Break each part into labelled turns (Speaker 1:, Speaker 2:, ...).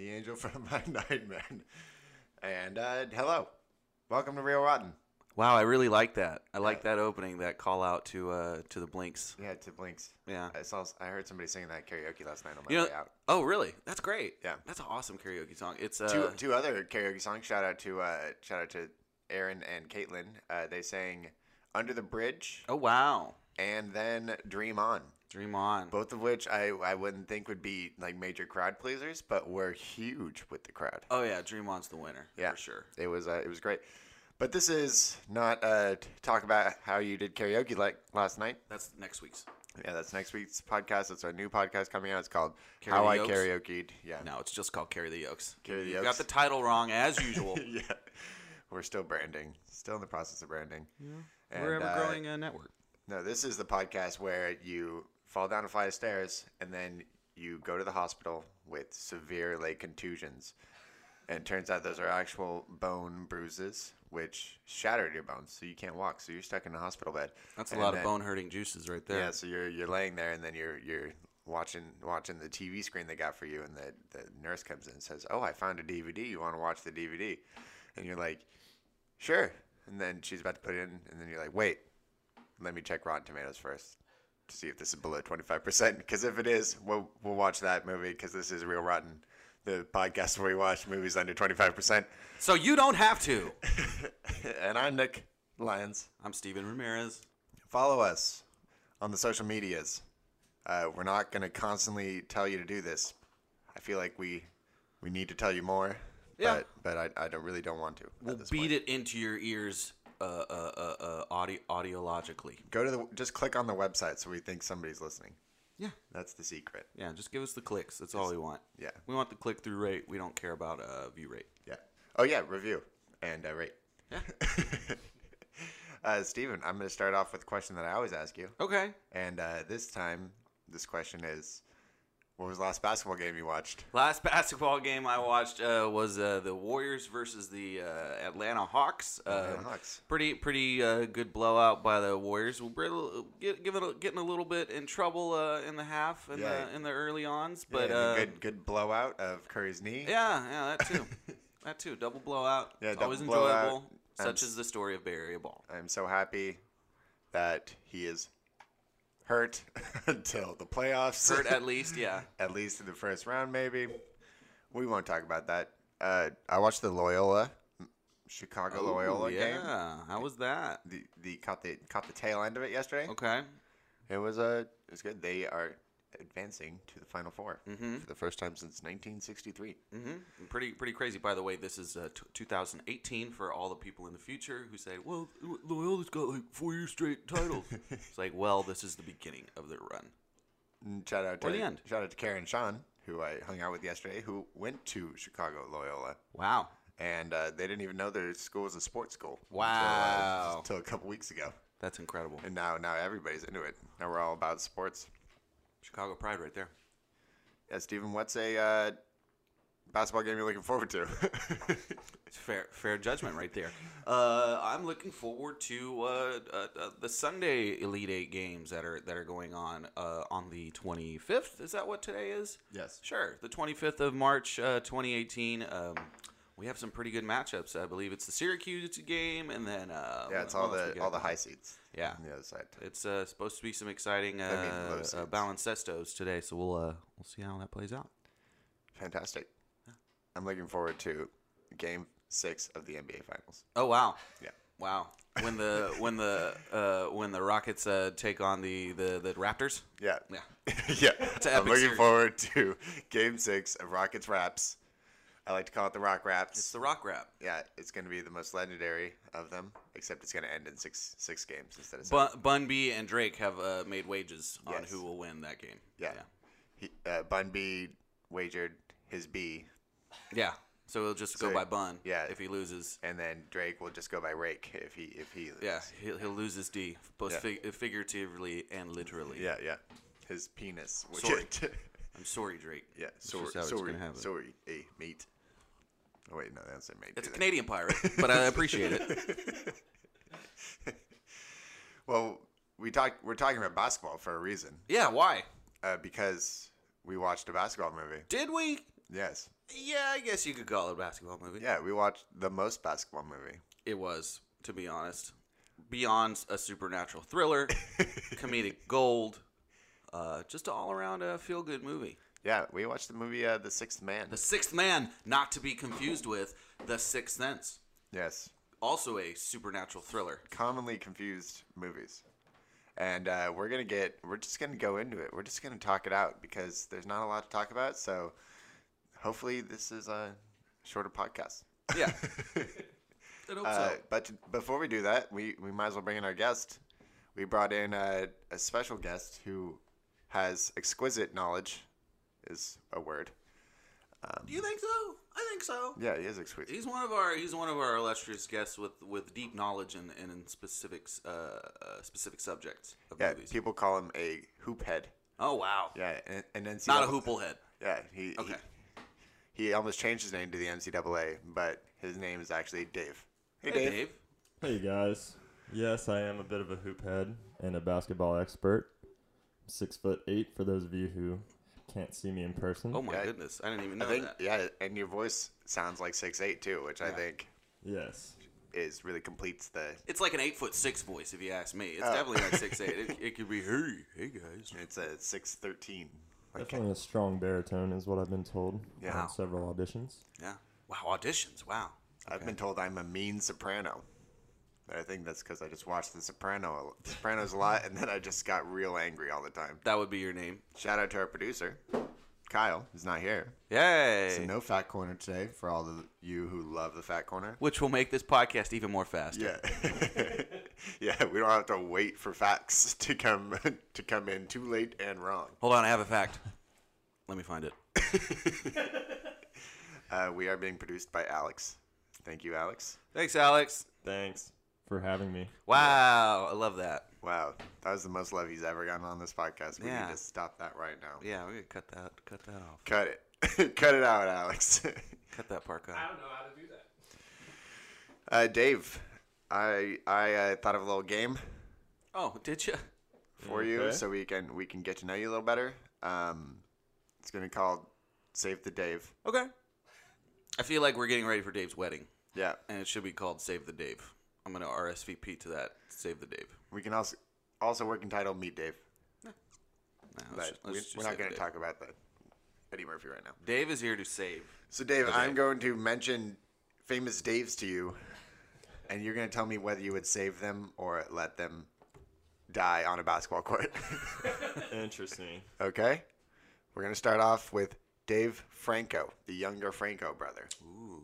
Speaker 1: angel from my nightmare. And uh, hello, welcome to Real Rotten.
Speaker 2: Wow, I really like that. I like that opening, that call out to uh, to the Blinks.
Speaker 1: Yeah, to Blinks.
Speaker 2: Yeah.
Speaker 1: I saw. I heard somebody singing that karaoke last night on my
Speaker 2: You
Speaker 1: way
Speaker 2: know,
Speaker 1: out.
Speaker 2: oh really? That's great.
Speaker 1: Yeah.
Speaker 2: that's an awesome karaoke song. It's uh,
Speaker 1: Two, two other karaoke songs. Shout out to uh, shout out to Aaron and Caitlin. Uh, they sang "Under the Bridge"
Speaker 2: oh wow,
Speaker 1: and then "Dream On."
Speaker 2: Dream On.
Speaker 1: Both of which I, I wouldn't think would be like major crowd pleasers, but were huge with the crowd.
Speaker 2: oh yeah, Dream On's the winner.
Speaker 1: Yeah.
Speaker 2: for sure.
Speaker 1: It was uh, it was great. But this is not uh, t- talk about how you did karaoke like last night.
Speaker 2: That's next week's.
Speaker 1: Yeah, that's next week's podcast. It's our new podcast coming out. It's called How I
Speaker 2: Karaoke
Speaker 1: Karaokeed. Yeah,
Speaker 2: No, it's just called Carry the Yokes.
Speaker 1: Carry the
Speaker 2: you
Speaker 1: Yokes.
Speaker 2: got the title wrong as usual.
Speaker 1: yeah. We're still branding. Still in the process of branding. And,
Speaker 2: We're
Speaker 1: uh,
Speaker 2: ever growing a network.
Speaker 1: No, this is the podcast where you fall down a flight of stairs and then you go to the hospital with severe leg contusions. And it turns out those are actual bone bruises, which shattered your bones, so you can't walk. So you're stuck in a hospital bed.
Speaker 2: That's a
Speaker 1: And
Speaker 2: lot
Speaker 1: then-
Speaker 2: of bone hurting juices right there.
Speaker 1: Yeah, so you're you're laying there and then you're you're watching watching the TV screen they got for you, and the the nurse comes in and says, "Oh, I found a DVD. You want to watch the DVD?" And you're like, "Sure." And then she's about to put it in, and then you're like, "Wait, let me check Rotten Tomatoes first to see if this is below 25%. Because if it is, we'll, we'll watch that movie because this is Real Rotten, the podcast where we watch movies under 25%.
Speaker 2: So you don't have to.
Speaker 1: and I'm Nick Lyons.
Speaker 2: I'm Steven Ramirez.
Speaker 1: Follow us on the social medias. Uh, we're not going to constantly tell you to do this. I feel like we we need to tell you more.
Speaker 2: Yeah.
Speaker 1: But, but I, I don't, really don't want to. at
Speaker 2: We'll
Speaker 1: this
Speaker 2: beat
Speaker 1: point.
Speaker 2: it into your ears, uh, uh, uh, uh, audio audiologically.
Speaker 1: Go to the just click on the website so we think somebody's listening.
Speaker 2: Yeah.
Speaker 1: That's the secret.
Speaker 2: Yeah, just give us the clicks. That's all we want.
Speaker 1: yeah.
Speaker 2: We want the click through rate. We don't care about uh, view rate.
Speaker 1: Yeah. Oh yeah, review and uh, rate.
Speaker 2: Yeah.
Speaker 1: uh, Steven, I'm going to start off with a question that I always ask you.
Speaker 2: Okay.
Speaker 1: And uh, this time, this question is What was the last basketball game you watched?
Speaker 2: Last basketball game I watched uh, was uh, the Warriors versus the uh, Atlanta Hawks. Uh,
Speaker 1: Atlanta Hawks.
Speaker 2: Pretty pretty uh, good blowout by the Warriors. We We're get, giving a- getting a little bit in trouble uh, in the half and
Speaker 1: Yeah.
Speaker 2: the in the early ons, but
Speaker 1: Yeah,
Speaker 2: uh,
Speaker 1: good, good blowout of Curry's knee.
Speaker 2: yeah, yeah, that too, that too. Double blowout.
Speaker 1: Yeah,
Speaker 2: Yeah,
Speaker 1: double
Speaker 2: always
Speaker 1: blowout.
Speaker 2: enjoyable.
Speaker 1: And
Speaker 2: Such
Speaker 1: s-
Speaker 2: is the story of Barry Ball.
Speaker 1: I'm so happy that he is hurt until the playoffs.
Speaker 2: Hurt at least, yeah.
Speaker 1: at least in the first round, maybe. We won't talk about that. Uh, I watched the Loyola, Chicago Loyola
Speaker 2: Ooh,
Speaker 1: game.
Speaker 2: Oh, Yeah, how was that?
Speaker 1: The, the caught the caught the tail end of it yesterday.
Speaker 2: Okay.
Speaker 1: It was uh, it was good. They are advancing to the Final 4 for the first time since 1963.
Speaker 2: Mm-hmm. Pretty pretty crazy. By the way, this is uh, t- 2018 for all the people in the future who say, "Well, Lo- Loyola's got like four year straight titles." it's like, well, this is the beginning of their run.
Speaker 1: And shout out to
Speaker 2: Or the end.
Speaker 1: shout out to Karen Sean, who I hung out with yesterday, who went to Chicago Loyola,
Speaker 2: Wow.
Speaker 1: and uh, they didn't even know their school was a sports school.
Speaker 2: Wow.
Speaker 1: until, uh, until a couple weeks ago,
Speaker 2: That's incredible.
Speaker 1: and now now everybody's into it. Now we're all about sports.
Speaker 2: Chicago Pride right there.
Speaker 1: Yeah, Stephen, what's a uh, basketball game you're looking forward to?
Speaker 2: It's fair fair judgment right there. Uh, I'm looking forward to uh, uh, uh, the Sunday Elite Eight games that are that are going on uh, on the 25th. Is that what today is?
Speaker 1: yes.
Speaker 2: Sure. The 25th of March, uh, 2018. Um, we have some pretty good matchups. I believe it's the Syracuse game, and then uh,
Speaker 1: Yeah,
Speaker 2: what-
Speaker 1: it's all
Speaker 2: what else we
Speaker 1: the
Speaker 2: got?
Speaker 1: all the high seats
Speaker 2: Yeah,
Speaker 1: on the other side.
Speaker 2: it's uh, supposed to be some exciting
Speaker 1: I mean, low
Speaker 2: uh, uh,
Speaker 1: seeds.
Speaker 2: baloncestos today. So we'll uh, we'll see how that plays out.
Speaker 1: Fantastic. I'm looking forward to game six of the NBA Finals.
Speaker 2: Oh wow,
Speaker 1: Yeah.
Speaker 2: wow. When the when the uh, when the Rockets uh, take on the, the, the Raptors.
Speaker 1: Yeah.
Speaker 2: Yeah.
Speaker 1: yeah.
Speaker 2: an
Speaker 1: I'm
Speaker 2: epic
Speaker 1: looking
Speaker 2: series.
Speaker 1: forward to game six of Rockets Raps. I like to call it the Rock Raps.
Speaker 2: It's the Rock Rap.
Speaker 1: yeah, it's going to be the most legendary of them, except it's going to end in six six games instead of seven.
Speaker 2: Bun, Bun B and Drake have uh, made wages on
Speaker 1: Yes.
Speaker 2: who will win that game.
Speaker 1: yeah. He, uh, Bun B wagered his B,
Speaker 2: Yeah. So we'll just
Speaker 1: So-
Speaker 2: go by Bun.
Speaker 1: yeah.
Speaker 2: If he loses,
Speaker 1: and then Drake will just go by Rake if he if he loses.
Speaker 2: Yeah, he'll, he'll lose his D, both
Speaker 1: Yeah.
Speaker 2: fig- figuratively and literally.
Speaker 1: yeah yeah his penis. will
Speaker 2: Sorry.
Speaker 1: get-
Speaker 2: I'm sorry, Drake.
Speaker 1: yeah
Speaker 2: That's
Speaker 1: sorry
Speaker 2: just how it's
Speaker 1: sorry
Speaker 2: gonna happen.
Speaker 1: sorry a mate. Oh wait no that's a mate.
Speaker 2: It's
Speaker 1: do
Speaker 2: a
Speaker 1: they?
Speaker 2: Canadian pirate, but I appreciate it.
Speaker 1: well we talk we're talking about basketball for a reason.
Speaker 2: Yeah, why?
Speaker 1: uh, because we watched a basketball movie.
Speaker 2: Did we?
Speaker 1: Yes,
Speaker 2: Yeah, I guess you could call it a basketball movie.
Speaker 1: Yeah, we watched the most basketball movie.
Speaker 2: It was, to be honest, beyond a supernatural thriller, comedic gold, uh, just an all around uh, feel good movie.
Speaker 1: Yeah, we watched the movie uh, The Sixth Man.
Speaker 2: The Sixth Man, not to be confused with The Sixth Sense,
Speaker 1: Yes,
Speaker 2: also a supernatural thriller.
Speaker 1: commonly confused movies. And uh, we're gonna get. We're just gonna go into it. We're just gonna talk it out because there's not a lot to talk about. So hopefully this is a shorter podcast.
Speaker 2: Yeah. I hope
Speaker 1: Uh,
Speaker 2: so.
Speaker 1: but to- before we do that, we, we might as well bring in our guest. We brought in a, a special guest who has exquisite knowledge, is a word.
Speaker 2: Do you think so? I think so.
Speaker 1: Yeah, he is exquisite.
Speaker 2: He's one of our he's one of our illustrious guests with, with deep knowledge in, in, in specific uh, uh, specific subjects of
Speaker 1: yeah,
Speaker 2: movies.
Speaker 1: people call him a hoop head.
Speaker 2: oh wow,
Speaker 1: Yeah, and, and NCAA.
Speaker 2: not a hoople head.
Speaker 1: Yeah, he,
Speaker 2: Okay.
Speaker 1: he he almost changed his name to the NCAA, but his name is actually Dave. Hey,
Speaker 2: Hey,
Speaker 1: Dave.
Speaker 2: Dave.
Speaker 3: Hey guys. Yes, I am a bit of a hoop head and a basketball expert. Six foot eight for those of you who can't see me in person.
Speaker 2: Oh my
Speaker 1: Yeah.
Speaker 2: goodness, I didn't even
Speaker 1: I
Speaker 2: know
Speaker 1: think
Speaker 2: that.
Speaker 1: yeah, and your voice sounds like six eight too, which I
Speaker 2: Yeah.
Speaker 1: think
Speaker 3: Yes.
Speaker 1: is really completes the.
Speaker 2: It's like an eight foot six voice, if you ask me.
Speaker 1: Oh.
Speaker 2: It's definitely like six eight. It, it could be hey, hey guys.
Speaker 1: It's a six thirteen.
Speaker 3: Definitely a strong baritone is what I've been told
Speaker 1: Yeah.
Speaker 3: on several auditions.
Speaker 2: Yeah. Wow, auditions. Wow.
Speaker 1: I've been told I'm a mean soprano. But I think that's because I just watched The Soprano, Sopranos a lot, and then I just got real angry all the time.
Speaker 2: That would be your name.
Speaker 1: Shout out to our producer, Kyle, who's not here.
Speaker 2: Yay.
Speaker 1: So no fat corner today for all of you who love the fat corner.
Speaker 2: Which will make this podcast even more faster.
Speaker 1: Yeah, yeah. We don't have to wait for facts to come to come in too late and wrong.
Speaker 2: Hold on, I have a fact. Let me find it.
Speaker 1: Uh, we are being produced by Alex. Thank you, Alex.
Speaker 2: Thanks, Alex.
Speaker 3: Thanks for having me.
Speaker 2: Wow, I love that.
Speaker 1: Wow, that was the most love he's ever gotten on this podcast. We
Speaker 2: Yeah.
Speaker 1: need to stop that right now.
Speaker 2: Yeah, we're gonna cut that cut that off.
Speaker 1: Cut it. Cut it out, Alex.
Speaker 2: Cut that part
Speaker 4: I
Speaker 2: out.
Speaker 4: don't know how to do that.
Speaker 1: uh, Dave, I I uh, thought of a little game
Speaker 2: Oh, did you?
Speaker 1: for you
Speaker 3: Okay.
Speaker 1: so we can we can get to know you a little better. Um, it's gonna be called Save the Dave.
Speaker 2: Okay. I feel like we're getting ready for Dave's wedding,
Speaker 1: Yeah,
Speaker 2: and it should be called Save the Dave. I'm gonna RSVP to that. Save the Dave.
Speaker 1: we can also also work in title Meet Dave,
Speaker 2: No, let's
Speaker 1: but
Speaker 2: just-
Speaker 1: we,
Speaker 2: let's just
Speaker 1: we're
Speaker 2: save
Speaker 1: not
Speaker 2: the
Speaker 1: gonna
Speaker 2: Dave.
Speaker 1: talk about that Eddie Murphy right now.
Speaker 2: Dave is here to save.
Speaker 1: So Dave,
Speaker 2: Okay.
Speaker 1: I'm going to mention famous Daves to you, and you're gonna tell me whether you would save them or let them die on a basketball court.
Speaker 3: Interesting.
Speaker 1: Okay. We're going to start off with Dave Franco, the younger Franco brother.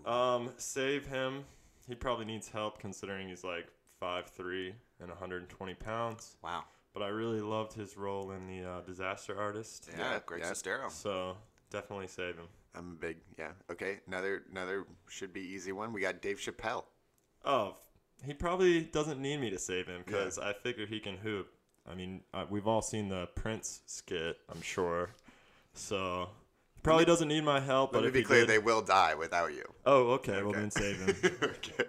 Speaker 2: Oh,
Speaker 3: Um, save him. He probably needs help considering he's like five three and 120 pounds.
Speaker 2: Wow.
Speaker 3: But I really loved his role in the uh, disaster artist.
Speaker 2: Yeah,
Speaker 1: Yeah,
Speaker 2: Greg
Speaker 1: yeah.
Speaker 2: Sestero.
Speaker 3: So definitely save him.
Speaker 1: I'm a big, yeah. Okay. Another another should be easy one. We got Dave Chappelle.
Speaker 3: Oh, f- he probably doesn't need me to save him because I figure he can hoop. I mean, uh, we've all seen the Prince skit, I'm sure. So he probably doesn't need my help.
Speaker 1: Let
Speaker 3: but
Speaker 1: me
Speaker 3: if
Speaker 1: be
Speaker 3: he
Speaker 1: clear,
Speaker 3: did-
Speaker 1: they will die without you.
Speaker 3: oh, okay, Well,
Speaker 1: Okay.
Speaker 3: then save him.
Speaker 1: okay.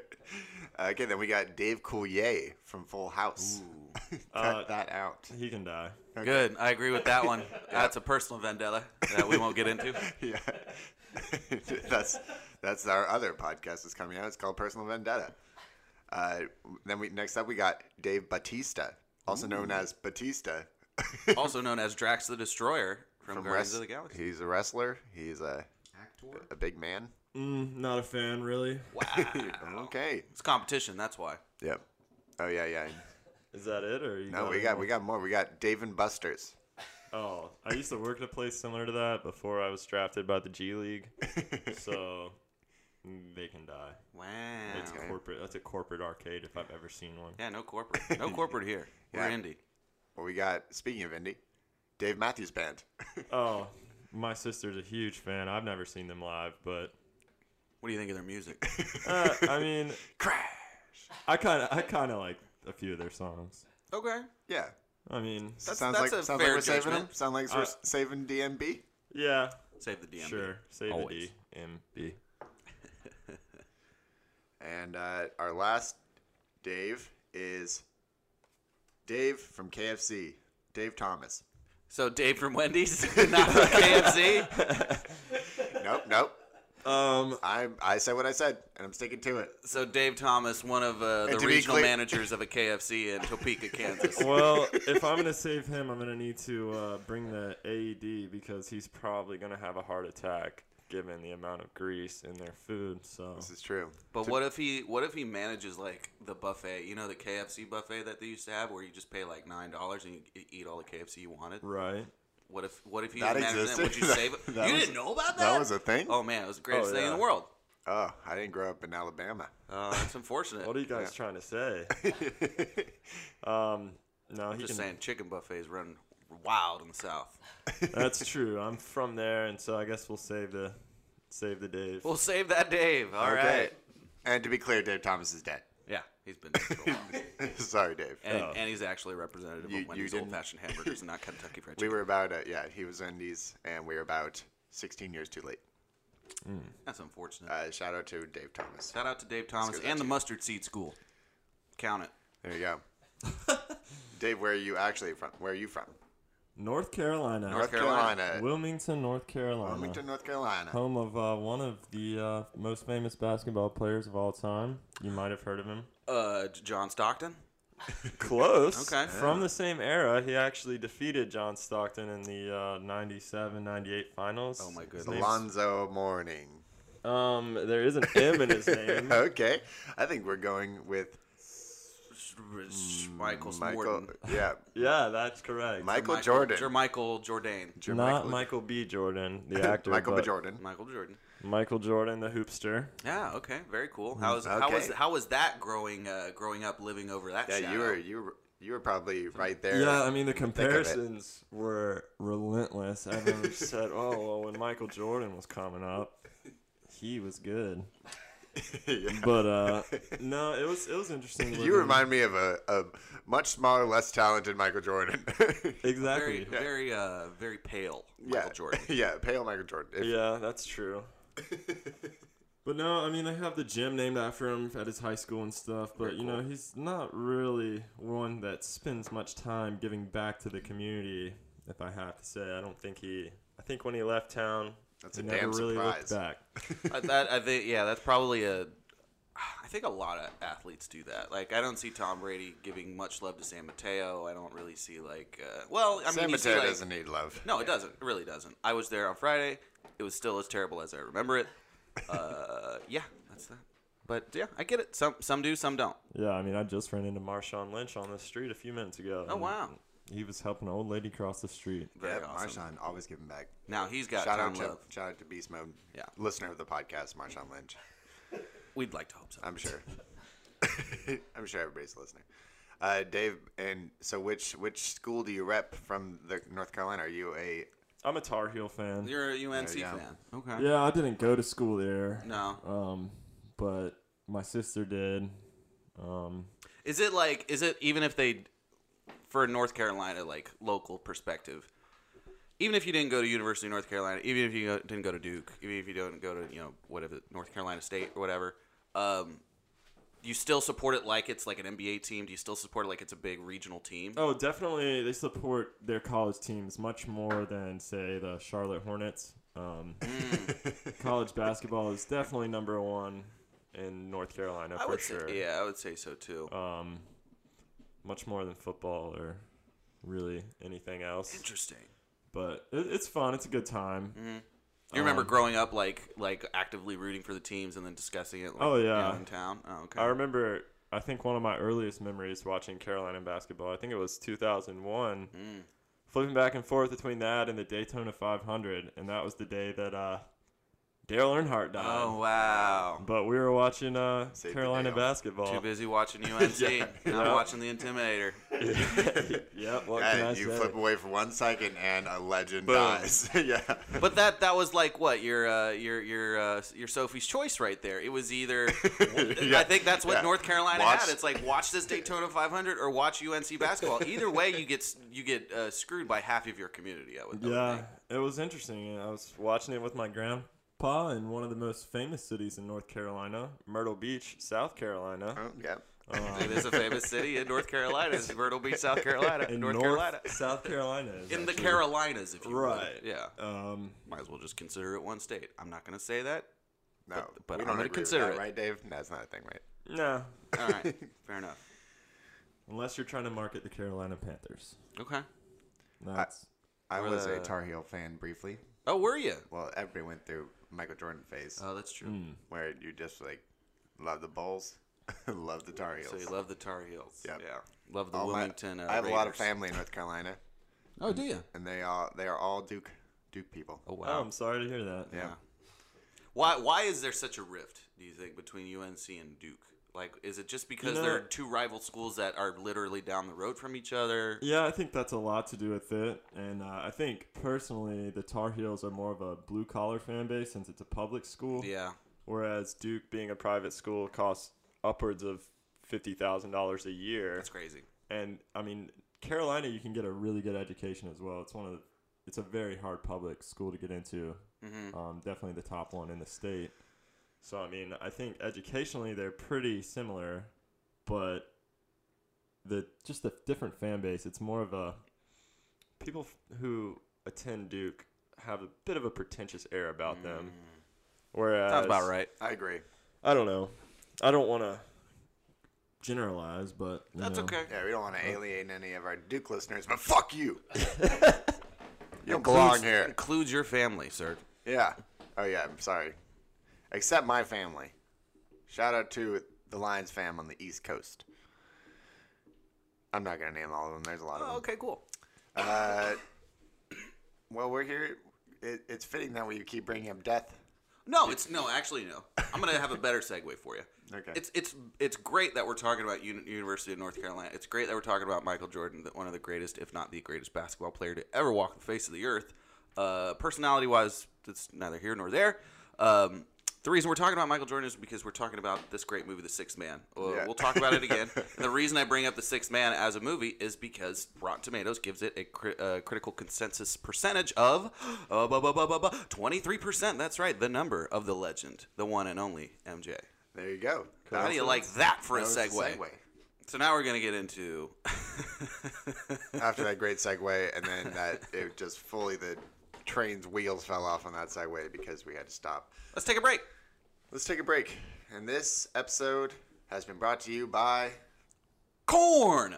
Speaker 1: Okay, then we got Dave Coulier from Full House. Cut
Speaker 3: Uh,
Speaker 1: that out.
Speaker 3: he can die.
Speaker 2: Good. I agree with that one. That's a personal vendetta that we won't get into.
Speaker 1: Yeah. that's that's our other podcast that's coming out. It's called Personal Vendetta. Uh, then we next up we got Dave Batista, also known as Batista
Speaker 2: Also known as Drax the Destroyer from, Guardians
Speaker 1: wrest-
Speaker 2: of the Galaxy.
Speaker 1: He's a wrestler. He's a actor, a big man.
Speaker 3: Mm, not a fan, really.
Speaker 2: Wow.
Speaker 1: Okay.
Speaker 2: It's competition, that's why.
Speaker 1: Yep. Oh yeah, yeah.
Speaker 3: Is that it, or you
Speaker 1: No, we
Speaker 3: any
Speaker 1: got
Speaker 3: more?
Speaker 1: we got more. We got Dave and Buster's.
Speaker 3: Oh, I used to work at a place similar to that before I was drafted by the G League. so mm, they can die.
Speaker 2: Wow.
Speaker 3: It's corporate. That's a corporate arcade if I've ever seen one.
Speaker 2: Yeah, no corporate. No corporate here.
Speaker 1: Yeah.
Speaker 2: We're indie.
Speaker 1: Well, we got speaking of indie, Dave Matthews Band.
Speaker 3: Oh, my sister's a huge fan. I've never seen them live, but
Speaker 2: What do you think of their music?
Speaker 3: uh, I mean,
Speaker 1: Crash.
Speaker 3: I kind of, I kind of like a few of their songs.
Speaker 2: Okay.
Speaker 1: Yeah.
Speaker 3: I mean,
Speaker 2: That's-
Speaker 1: sounds
Speaker 2: that's
Speaker 1: like
Speaker 2: a
Speaker 1: sounds like
Speaker 2: fair
Speaker 1: we're saving
Speaker 2: judgment.
Speaker 1: him. Sound like we're
Speaker 3: Uh,
Speaker 1: saving DMB.
Speaker 3: yeah,
Speaker 2: Save the DM.
Speaker 3: sure. Save a
Speaker 2: Always.
Speaker 3: D, M, B.
Speaker 1: And uh, our last Dave is Dave from KFC. Dave Thomas.
Speaker 2: So Dave from Wendy's, not from KFC.
Speaker 1: Nope, nope.
Speaker 3: Um,
Speaker 1: I I said what I said, and I'm sticking to it.
Speaker 2: So Dave Thomas, one of uh, the
Speaker 1: to be
Speaker 2: regional
Speaker 1: clear-
Speaker 2: managers of a KFC in Topeka, Kansas.
Speaker 3: well, if I'm gonna save him, I'm gonna need to uh, bring the AED because he's probably gonna have a heart attack given the amount of grease in their food. So
Speaker 1: This is true.
Speaker 2: But what if he what if he manages like the buffet? You know the KFC buffet that they used to have, where you just pay like nine dollars and you e- eat all the KFC you wanted.
Speaker 3: right.
Speaker 2: What if what if he
Speaker 1: That
Speaker 2: managed
Speaker 1: existed?
Speaker 2: Would you save it? You
Speaker 1: That was-
Speaker 2: didn't know about that?
Speaker 1: that was a thing?
Speaker 2: Oh man, it was the greatest
Speaker 3: Oh,
Speaker 2: thing in
Speaker 3: yeah.
Speaker 2: the world.
Speaker 1: Oh, I didn't grow up in Alabama. Oh.
Speaker 2: Uh, that's unfortunate.
Speaker 3: What are you guys trying to say? um, no, he
Speaker 2: I'm just
Speaker 3: can.
Speaker 2: saying, chicken buffets run wild in the South.
Speaker 3: That's true. I'm from there, and so I guess we'll save the save the Dave.
Speaker 2: We'll save that, Dave. All right.
Speaker 1: And to be clear, Dave Thomas is dead.
Speaker 2: Yeah, he's been dead for a while.
Speaker 1: Sorry, Dave.
Speaker 2: And,
Speaker 3: Oh.
Speaker 2: and he's actually a representative
Speaker 1: You- you
Speaker 2: of Wendy's
Speaker 1: didn't-
Speaker 2: old fashioned hamburgers, not Kentucky Fried
Speaker 1: we
Speaker 2: Chicken.
Speaker 1: were about uh, yeah, he was Wendy's, and we were about 16 years too late.
Speaker 2: That's unfortunate.
Speaker 1: Uh, shout out to Dave Thomas.
Speaker 2: Shout out to Dave Thomas
Speaker 1: go back
Speaker 2: and the
Speaker 1: to you.
Speaker 2: Mustard Seed School. Count it.
Speaker 1: There you go. Dave, where are you actually from? Where are you from?
Speaker 3: North Carolina,
Speaker 2: North Carolina.
Speaker 1: Carolina.
Speaker 3: Wilmington, North Carolina,
Speaker 1: Wilmington, North Carolina.
Speaker 3: home of uh, one of the uh, most famous basketball players of all time. You might have heard of him.
Speaker 2: Uh, J- John Stockton.
Speaker 3: Close.
Speaker 2: Okay.
Speaker 3: From the same era, he actually defeated John Stockton in the 97 98 finals.
Speaker 2: Oh, my
Speaker 3: His
Speaker 2: goodness.
Speaker 3: name's-
Speaker 1: Alonzo Mourning.
Speaker 3: Um, there is an M in his name.
Speaker 1: okay. I think we're going with
Speaker 2: Michael
Speaker 1: Mm, Michael.
Speaker 2: Jordan.
Speaker 1: Yeah.
Speaker 3: Yeah, that's correct.
Speaker 1: Michael Jordan.
Speaker 2: Jer- Michael Jordan.
Speaker 1: Jer-
Speaker 3: Not Michael, B. Jordan, the actor.
Speaker 1: Michael B.
Speaker 3: but
Speaker 1: Jordan.
Speaker 2: Michael Jordan.
Speaker 3: Michael Jordan, the hoopster.
Speaker 2: Yeah. Okay. Very cool. How was how
Speaker 1: Mm, Okay.
Speaker 2: was how was that growing uh, growing up living over that?
Speaker 1: Yeah, you
Speaker 2: shadow?
Speaker 1: were you were you were probably right there.
Speaker 3: Yeah, I mean the
Speaker 1: of it.
Speaker 3: comparisons were relentless. Everyone said, "Oh, well, when Michael Jordan was coming up, he was good."
Speaker 1: Yeah.
Speaker 3: But uh, no, it was it was interesting.
Speaker 1: You
Speaker 3: living-
Speaker 1: remind me of a, a much smaller, less talented Michael Jordan.
Speaker 2: very
Speaker 3: exactly.
Speaker 2: very uh very pale Michael
Speaker 1: yeah,
Speaker 2: Jordan.
Speaker 1: yeah, pale Michael Jordan. If-
Speaker 3: Yeah, that's true. but no, I mean they have the gym named after him at his high school and stuff. But you know he's not really one that spends much time giving back to the community. If I have to say, I don't think he. I think when he left town,
Speaker 1: That's
Speaker 3: he
Speaker 1: a
Speaker 3: never
Speaker 1: damn
Speaker 3: really
Speaker 1: surprise.
Speaker 3: looked back.
Speaker 2: I, that, I think yeah, that's probably a. I think a lot of athletes do that. Like I don't see Tom Brady giving much love to San Mateo. I don't really see like uh, well, I mean,
Speaker 1: San
Speaker 2: you see,
Speaker 1: Mateo
Speaker 2: like-
Speaker 1: doesn't need love.
Speaker 2: No, it doesn't. It really doesn't. I was there on Friday. It was still as terrible as I remember it. Uh, yeah, that's that. But yeah, I get it. Some some do, some don't.
Speaker 3: Yeah, I mean I just ran into Marshawn Lynch on the street a few minutes ago.
Speaker 2: Oh
Speaker 3: and
Speaker 2: wow,
Speaker 3: He was helping an old lady cross the street.
Speaker 2: very
Speaker 1: yeah,
Speaker 2: awesome.
Speaker 1: Marshawn always giving back.
Speaker 2: Now he's got
Speaker 1: shout
Speaker 2: Tom
Speaker 1: out to
Speaker 2: Love.
Speaker 1: shout out to Beast Mode.
Speaker 2: Yeah.
Speaker 1: listener of the podcast, Marshawn Lynch.
Speaker 2: We'd like to hope so.
Speaker 1: I'm sure. I'm sure everybody's listening. Uh, Dave, and so which which school do you rep from the North Carolina? Are you a
Speaker 3: I'm a Tar Heel fan.
Speaker 2: You're a UNC
Speaker 1: There you go.
Speaker 2: fan. Okay.
Speaker 3: Yeah, I didn't go to school there.
Speaker 2: No.
Speaker 3: Um, but my sister did. Um,
Speaker 2: Is it like is it even if they for a North Carolina like local perspective? Even if you didn't go to University of North Carolina, even if you go, didn't go to Duke, even if you don't go to you know whatever North Carolina State or whatever, um, you still support it like it's like an NBA team. Do you still support it like it's a big regional team?
Speaker 3: oh, definitely, they support their college teams much more than say the Charlotte Hornets. Um, college basketball is definitely number one in North Carolina
Speaker 2: I
Speaker 3: for
Speaker 2: would
Speaker 3: sure.
Speaker 2: say, yeah, I would say so too.
Speaker 3: Um, much more than football or really anything else.
Speaker 2: Interesting.
Speaker 3: But it, it's fun. It's a good time.
Speaker 2: You remember
Speaker 3: Um,
Speaker 2: growing up like like actively rooting for the teams and then discussing it? Like,
Speaker 3: Oh,
Speaker 2: you know,
Speaker 3: yeah.
Speaker 2: in town. Oh okay.
Speaker 3: I remember. I think one of my earliest memories watching Carolina basketball. I think it was 2001. Flipping back and forth between that and the Daytona 500, and that was the day that uh, Dale Earnhardt died.
Speaker 2: oh wow.
Speaker 3: But we were watching uh,
Speaker 1: Save the
Speaker 3: Carolina
Speaker 1: Dale.
Speaker 2: Too
Speaker 3: basketball.
Speaker 2: busy watching UNC. and I'm
Speaker 3: Yeah.
Speaker 2: watching the Intimidator.
Speaker 3: yep. What can
Speaker 1: Yeah,
Speaker 3: I
Speaker 1: you
Speaker 3: say?
Speaker 1: flip away for one second and a legend
Speaker 3: Boom.
Speaker 1: dies. yeah.
Speaker 2: But that that was like what your uh, your your uh, your Sophie's choice right there. It was either I think that's what
Speaker 1: yeah.
Speaker 2: North Carolina
Speaker 1: Watch-
Speaker 2: had. It's like watch this Daytona 500 or watch UNC basketball. Either way, you get s- you get uh, screwed by half of your community. I would. I would
Speaker 3: Yeah,
Speaker 2: think.
Speaker 3: it was interesting. I was watching it with my grandpa in one of the most famous cities in North Carolina, Myrtle Beach, South Carolina. Um,
Speaker 1: Oh, yeah.
Speaker 2: It is a famous city in North Carolina. It's Myrtle Beach, South Carolina,
Speaker 3: in
Speaker 2: North, Carolina,
Speaker 3: South Carolina. is
Speaker 2: in the
Speaker 3: actually-
Speaker 2: Carolinas, if you will.
Speaker 3: Right.
Speaker 2: Yeah.
Speaker 3: Um,
Speaker 2: Might as well just consider it one state. I'm not gonna say that.
Speaker 1: No,
Speaker 2: But- but
Speaker 1: we
Speaker 2: I'm
Speaker 1: don't
Speaker 2: gonna
Speaker 1: agree with
Speaker 2: consider
Speaker 1: that,
Speaker 2: it.
Speaker 1: right, Dave? That's not a thing, right?
Speaker 3: No.
Speaker 2: All right, fair enough.
Speaker 3: Unless you're trying to market the Carolina Panthers.
Speaker 2: Okay.
Speaker 3: That's
Speaker 1: I
Speaker 2: Or
Speaker 1: was a
Speaker 2: the-
Speaker 1: Tar Heel fan briefly.
Speaker 2: Oh, were you?
Speaker 1: Well, everybody went through Michael Jordan phase,
Speaker 2: Oh, that's true.
Speaker 1: where you just like love the Bulls, love the Tar Heels.
Speaker 2: So you love the Tar Heels.
Speaker 1: Yep.
Speaker 2: Yeah. Love the
Speaker 1: All my-
Speaker 2: Wilmington. uh,
Speaker 1: I have a lot of
Speaker 2: Raiders.
Speaker 1: family in North Carolina,
Speaker 2: Oh, do you?
Speaker 1: and they all they are all Duke Duke people.
Speaker 2: Oh
Speaker 3: Oh,
Speaker 2: wow.
Speaker 3: I'm sorry to hear that.
Speaker 1: Yeah.
Speaker 2: Why why is there such a rift, do you think, between UNC and Duke? Like is it just because
Speaker 3: know-
Speaker 2: they're two rival schools that are literally down the road from each other?
Speaker 3: Yeah, I think that's a lot to do with it. And uh, I think personally, the Tar Heels are more of a blue collar fan base since it's a public school.
Speaker 2: Yeah.
Speaker 3: Whereas Duke, being a private school, costs upwards of $50,000 a year.
Speaker 2: That's crazy.
Speaker 3: and I mean Carolina, you can get a really good education as well. It's one of the, it's a very hard public school to get into.
Speaker 2: Mm-hmm.
Speaker 3: Um, definitely the top one in the state. So I mean, I think educationally they're pretty similar, but the just the different fan base. It's more of a people f- who attend Duke have a bit of a pretentious air about them. Whereas
Speaker 2: Mm. Sounds about right.
Speaker 1: I agree.
Speaker 3: I don't know. I don't want to generalize, but you
Speaker 2: That's
Speaker 3: know.
Speaker 2: okay.
Speaker 1: Yeah, we don't want to alienate any of our Duke listeners, but fuck you. you don't belong
Speaker 2: Includes-
Speaker 1: here.
Speaker 2: Includes your family, sir.
Speaker 1: Yeah. Oh yeah. I'm sorry. Except my family. Shout out to the Lions fam on the East Coast. I'm not gonna name all of them. There's a lot of them.
Speaker 2: Oh, okay, cool.
Speaker 1: Uh, well, we're here. It, it's fitting that we keep bringing up death.
Speaker 2: No, it's no. Actually, no. I'm gonna have a better segue for you.
Speaker 1: Okay.
Speaker 2: It's it's it's great that we're talking about Uni- University of North Carolina. It's great that we're talking about Michael Jordan, that one of the greatest, if not the greatest, basketball player to ever walk the face of the earth. Uh, personality wise, it's neither here nor there. Um, the reason we're talking about Michael Jordan is because we're talking about this great movie, The Sixth Man. Well,
Speaker 1: Yeah.
Speaker 2: We'll talk about it again. and the reason I bring up The Sixth Man as a movie is because Rotten Tomatoes gives it a cri- uh, critical consensus percentage of uh, bu- bu- bu- bu- bu- 23%. That's right, the number of the legend, the one and only MJ.
Speaker 1: There you go.
Speaker 2: How do you like that for a segue?
Speaker 1: segue.
Speaker 2: So now we're gonna get into
Speaker 1: After that great segue, and then that it just fully the train's wheels fell off on that segue because we had to stop.
Speaker 2: let's take a break.
Speaker 1: Let's take a break. And this episode has been brought to you by
Speaker 2: Corn.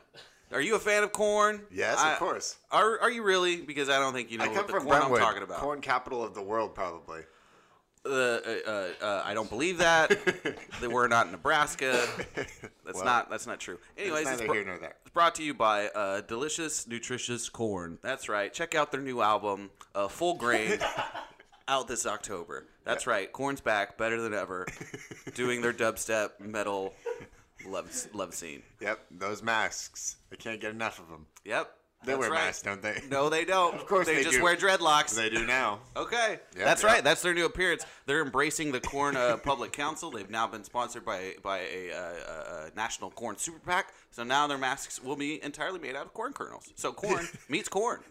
Speaker 2: Are you a fan of corn?
Speaker 1: yes,
Speaker 2: I-
Speaker 1: of course.
Speaker 2: Are Are you really? Because I don't think you know
Speaker 1: I come
Speaker 2: what the
Speaker 1: from
Speaker 2: corn
Speaker 1: Brentwood,
Speaker 2: I'm talking about.
Speaker 1: corn capital of the world, probably.
Speaker 2: Uh, uh, uh, uh, I don't believe that. that we're not in Nebraska. That's not. That's not true. Anyways,
Speaker 1: neither
Speaker 2: bro-
Speaker 1: here nor there.
Speaker 2: It's brought to you by uh, Delicious Nutritious Corn. That's right. Check out their new album, uh, Full Grain, out this October. That's right. Corn's back, better than ever, doing their dubstep metal love love scene.
Speaker 1: Yep, those masks. I can't get enough of them.
Speaker 2: Yep.
Speaker 1: They
Speaker 2: that's
Speaker 1: wear
Speaker 2: right.
Speaker 1: masks, don't they?
Speaker 2: No, they don't. Of
Speaker 1: course they
Speaker 2: just
Speaker 1: do.
Speaker 2: wear dreadlocks.
Speaker 1: They do now.
Speaker 2: Okay,
Speaker 1: Yep,
Speaker 2: that's
Speaker 1: yep.
Speaker 2: right. That's their new appearance. They're embracing the corn uh, public council. They've now been sponsored by by a, uh, uh, national corn super PAC. So now their masks will be entirely made out of corn kernels. So corn meets corn.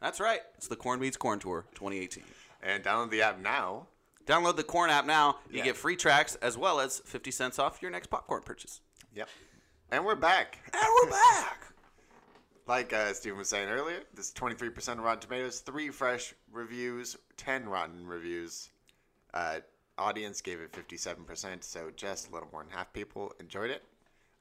Speaker 2: That's right. It's the Corn Meets Corn Tour 2018.
Speaker 1: And download the app now.
Speaker 2: Download the corn app now. You
Speaker 1: Yeah.
Speaker 2: get free tracks as well as 50 cents off your next popcorn purchase.
Speaker 1: Yep. And we're back.
Speaker 2: And we're back.
Speaker 1: Like uh, Steven was saying earlier, this is 23% of Rotten Tomatoes, three fresh reviews, 10 rotten reviews. Uh, audience gave it 57%, so just a little more than half people enjoyed it.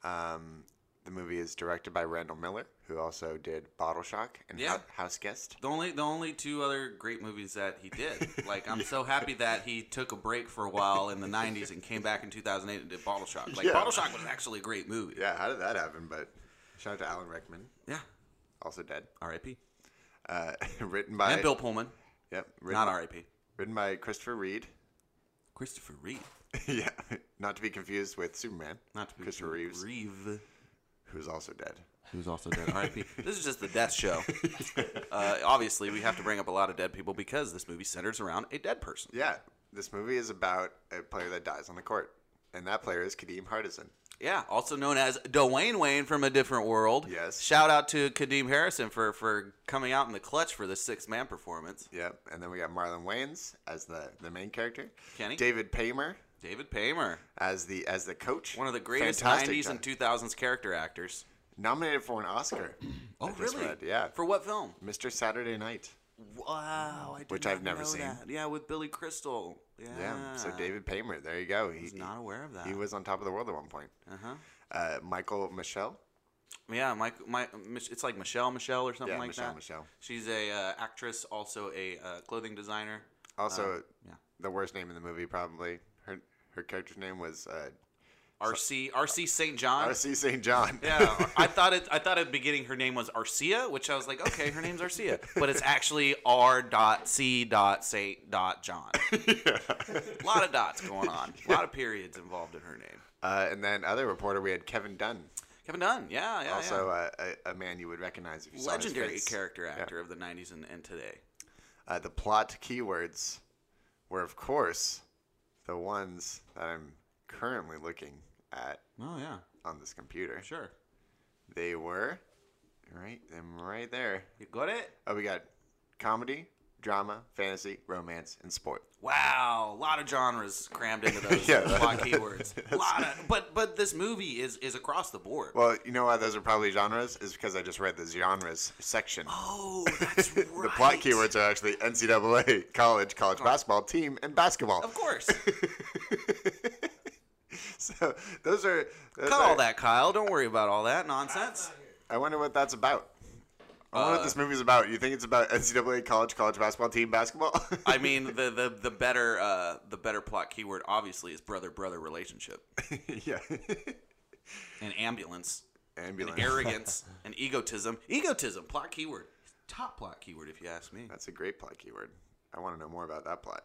Speaker 1: Um, the movie is directed by Randall Miller, who also did Bottle Shock and
Speaker 2: Yeah.
Speaker 1: Hou- House Guest.
Speaker 2: The only the only two other great movies that he did. Like I'm so happy that he took a break for a while in the '90s and came back in 2008 and did Bottle Shock. Like
Speaker 1: Yeah.
Speaker 2: Bottle Shock was actually a great movie.
Speaker 1: Yeah, how did that happen? But shout out to Alan Rickman,
Speaker 2: Yeah.
Speaker 1: also dead.
Speaker 2: R.I.P.
Speaker 1: Uh, written by
Speaker 2: And Bill Pullman,
Speaker 1: Yep, written,
Speaker 2: not R.I.P.
Speaker 1: written by Christopher Reed.
Speaker 2: Christopher Reeve.
Speaker 1: yeah, not to be confused with Superman.
Speaker 2: Not to be
Speaker 1: Christopher Reeves,
Speaker 2: Reeve,
Speaker 1: who's also dead.
Speaker 2: who's also dead. R.I.P. This is just the death show. Uh, obviously, we have to bring up a lot of dead people because this movie centers around a dead person.
Speaker 1: Yeah, this movie is about a player that dies on the court, and that player is Kadeem Hardison.
Speaker 2: Yeah, also known as Dwayne Wayne from a different world.
Speaker 1: Yes.
Speaker 2: Shout out to Kadeem Harrison for for coming out in the clutch for the six man performance.
Speaker 1: Yep, and then we got Marlon Wayans as the, the main character.
Speaker 2: Kenny?
Speaker 1: David Paymer
Speaker 2: David Paymer,
Speaker 1: as the as the coach.
Speaker 2: one of the greatest
Speaker 1: Fantastic
Speaker 2: 90s
Speaker 1: job.
Speaker 2: and 2000s character actors.
Speaker 1: nominated for an Oscar.
Speaker 2: Oh,
Speaker 1: I just read, Oh, Yeah,
Speaker 2: For what film?
Speaker 1: Mr. Saturday Night.
Speaker 2: Wow, I did
Speaker 1: Which
Speaker 2: not
Speaker 1: I've never
Speaker 2: know
Speaker 1: seen.
Speaker 2: that. Yeah, with Billy Crystal. Yeah.
Speaker 1: Yeah. So David Paymer, there you go.
Speaker 2: I
Speaker 1: He
Speaker 2: was Ah. not aware of that.
Speaker 1: he was on top of the world at one point.
Speaker 2: uh-huh.
Speaker 1: Uh, Michael Michelle.
Speaker 2: Yeah, Mike, my, Mich- it's like Michelle Michelle or something
Speaker 1: Yeah,
Speaker 2: like
Speaker 1: Michelle
Speaker 2: that.
Speaker 1: Michelle.
Speaker 2: She's a uh, actress, also a uh, clothing designer. Uh,
Speaker 1: Also,
Speaker 2: yeah.
Speaker 1: the worst name in the movie probably. Her her character's name was uh,
Speaker 2: RC RC St. John.
Speaker 1: R.C. St. John.
Speaker 2: Ah. Yeah, I thought it. I thought at the beginning her name was Arcia, which I was like, okay, her name's Arcia, but it's actually R. Dot C. Dot Saint. Dot John. A lot of dots going on. A lot of periods involved in her name.
Speaker 1: uh, and then other reporter we had Kevin Dunn,
Speaker 2: Kevin Dunn. Yeah, yeah.
Speaker 1: also
Speaker 2: yeah.
Speaker 1: uh, a, a man you would recognize if you saw
Speaker 2: legendary
Speaker 1: his face.
Speaker 2: character actor of the '90s and, and today.
Speaker 1: Uh, the plot keywords were, of course, the ones that I'm currently looking at
Speaker 2: Oh yeah,
Speaker 1: on this computer.
Speaker 2: sure.
Speaker 1: They were right. Them right there.
Speaker 2: You got it.
Speaker 1: Oh, we got comedy, drama, fantasy, romance, and sport.
Speaker 2: Wow, a lot of genres crammed into those
Speaker 1: Yeah,
Speaker 2: plot keywords. A lot of, but but this movie is is across the board.
Speaker 1: Well, you know why those are probably genres? Is because I just read the genres section.
Speaker 2: oh, that's right. Oh.
Speaker 1: The plot keywords are actually NCAA, college, college basketball, team, and basketball.
Speaker 2: Of course.
Speaker 1: So those are. Those
Speaker 2: Cut all
Speaker 1: are-
Speaker 2: that, Kyle. Don't worry about all that nonsense.
Speaker 1: I wonder what that's about. I wonder
Speaker 2: Uh,
Speaker 1: what this movie's about. You think it's about NCAA, college, college basketball, team, basketball?
Speaker 2: I mean, the the the better uh, the better plot keyword obviously is brother brother relationship
Speaker 1: yeah.
Speaker 2: and ambulance and
Speaker 1: Ambulance.
Speaker 2: arrogance and egotism. Egotism plot keyword. Top plot keyword, if you ask me.
Speaker 1: That's a great plot keyword. I want to know more about that plot.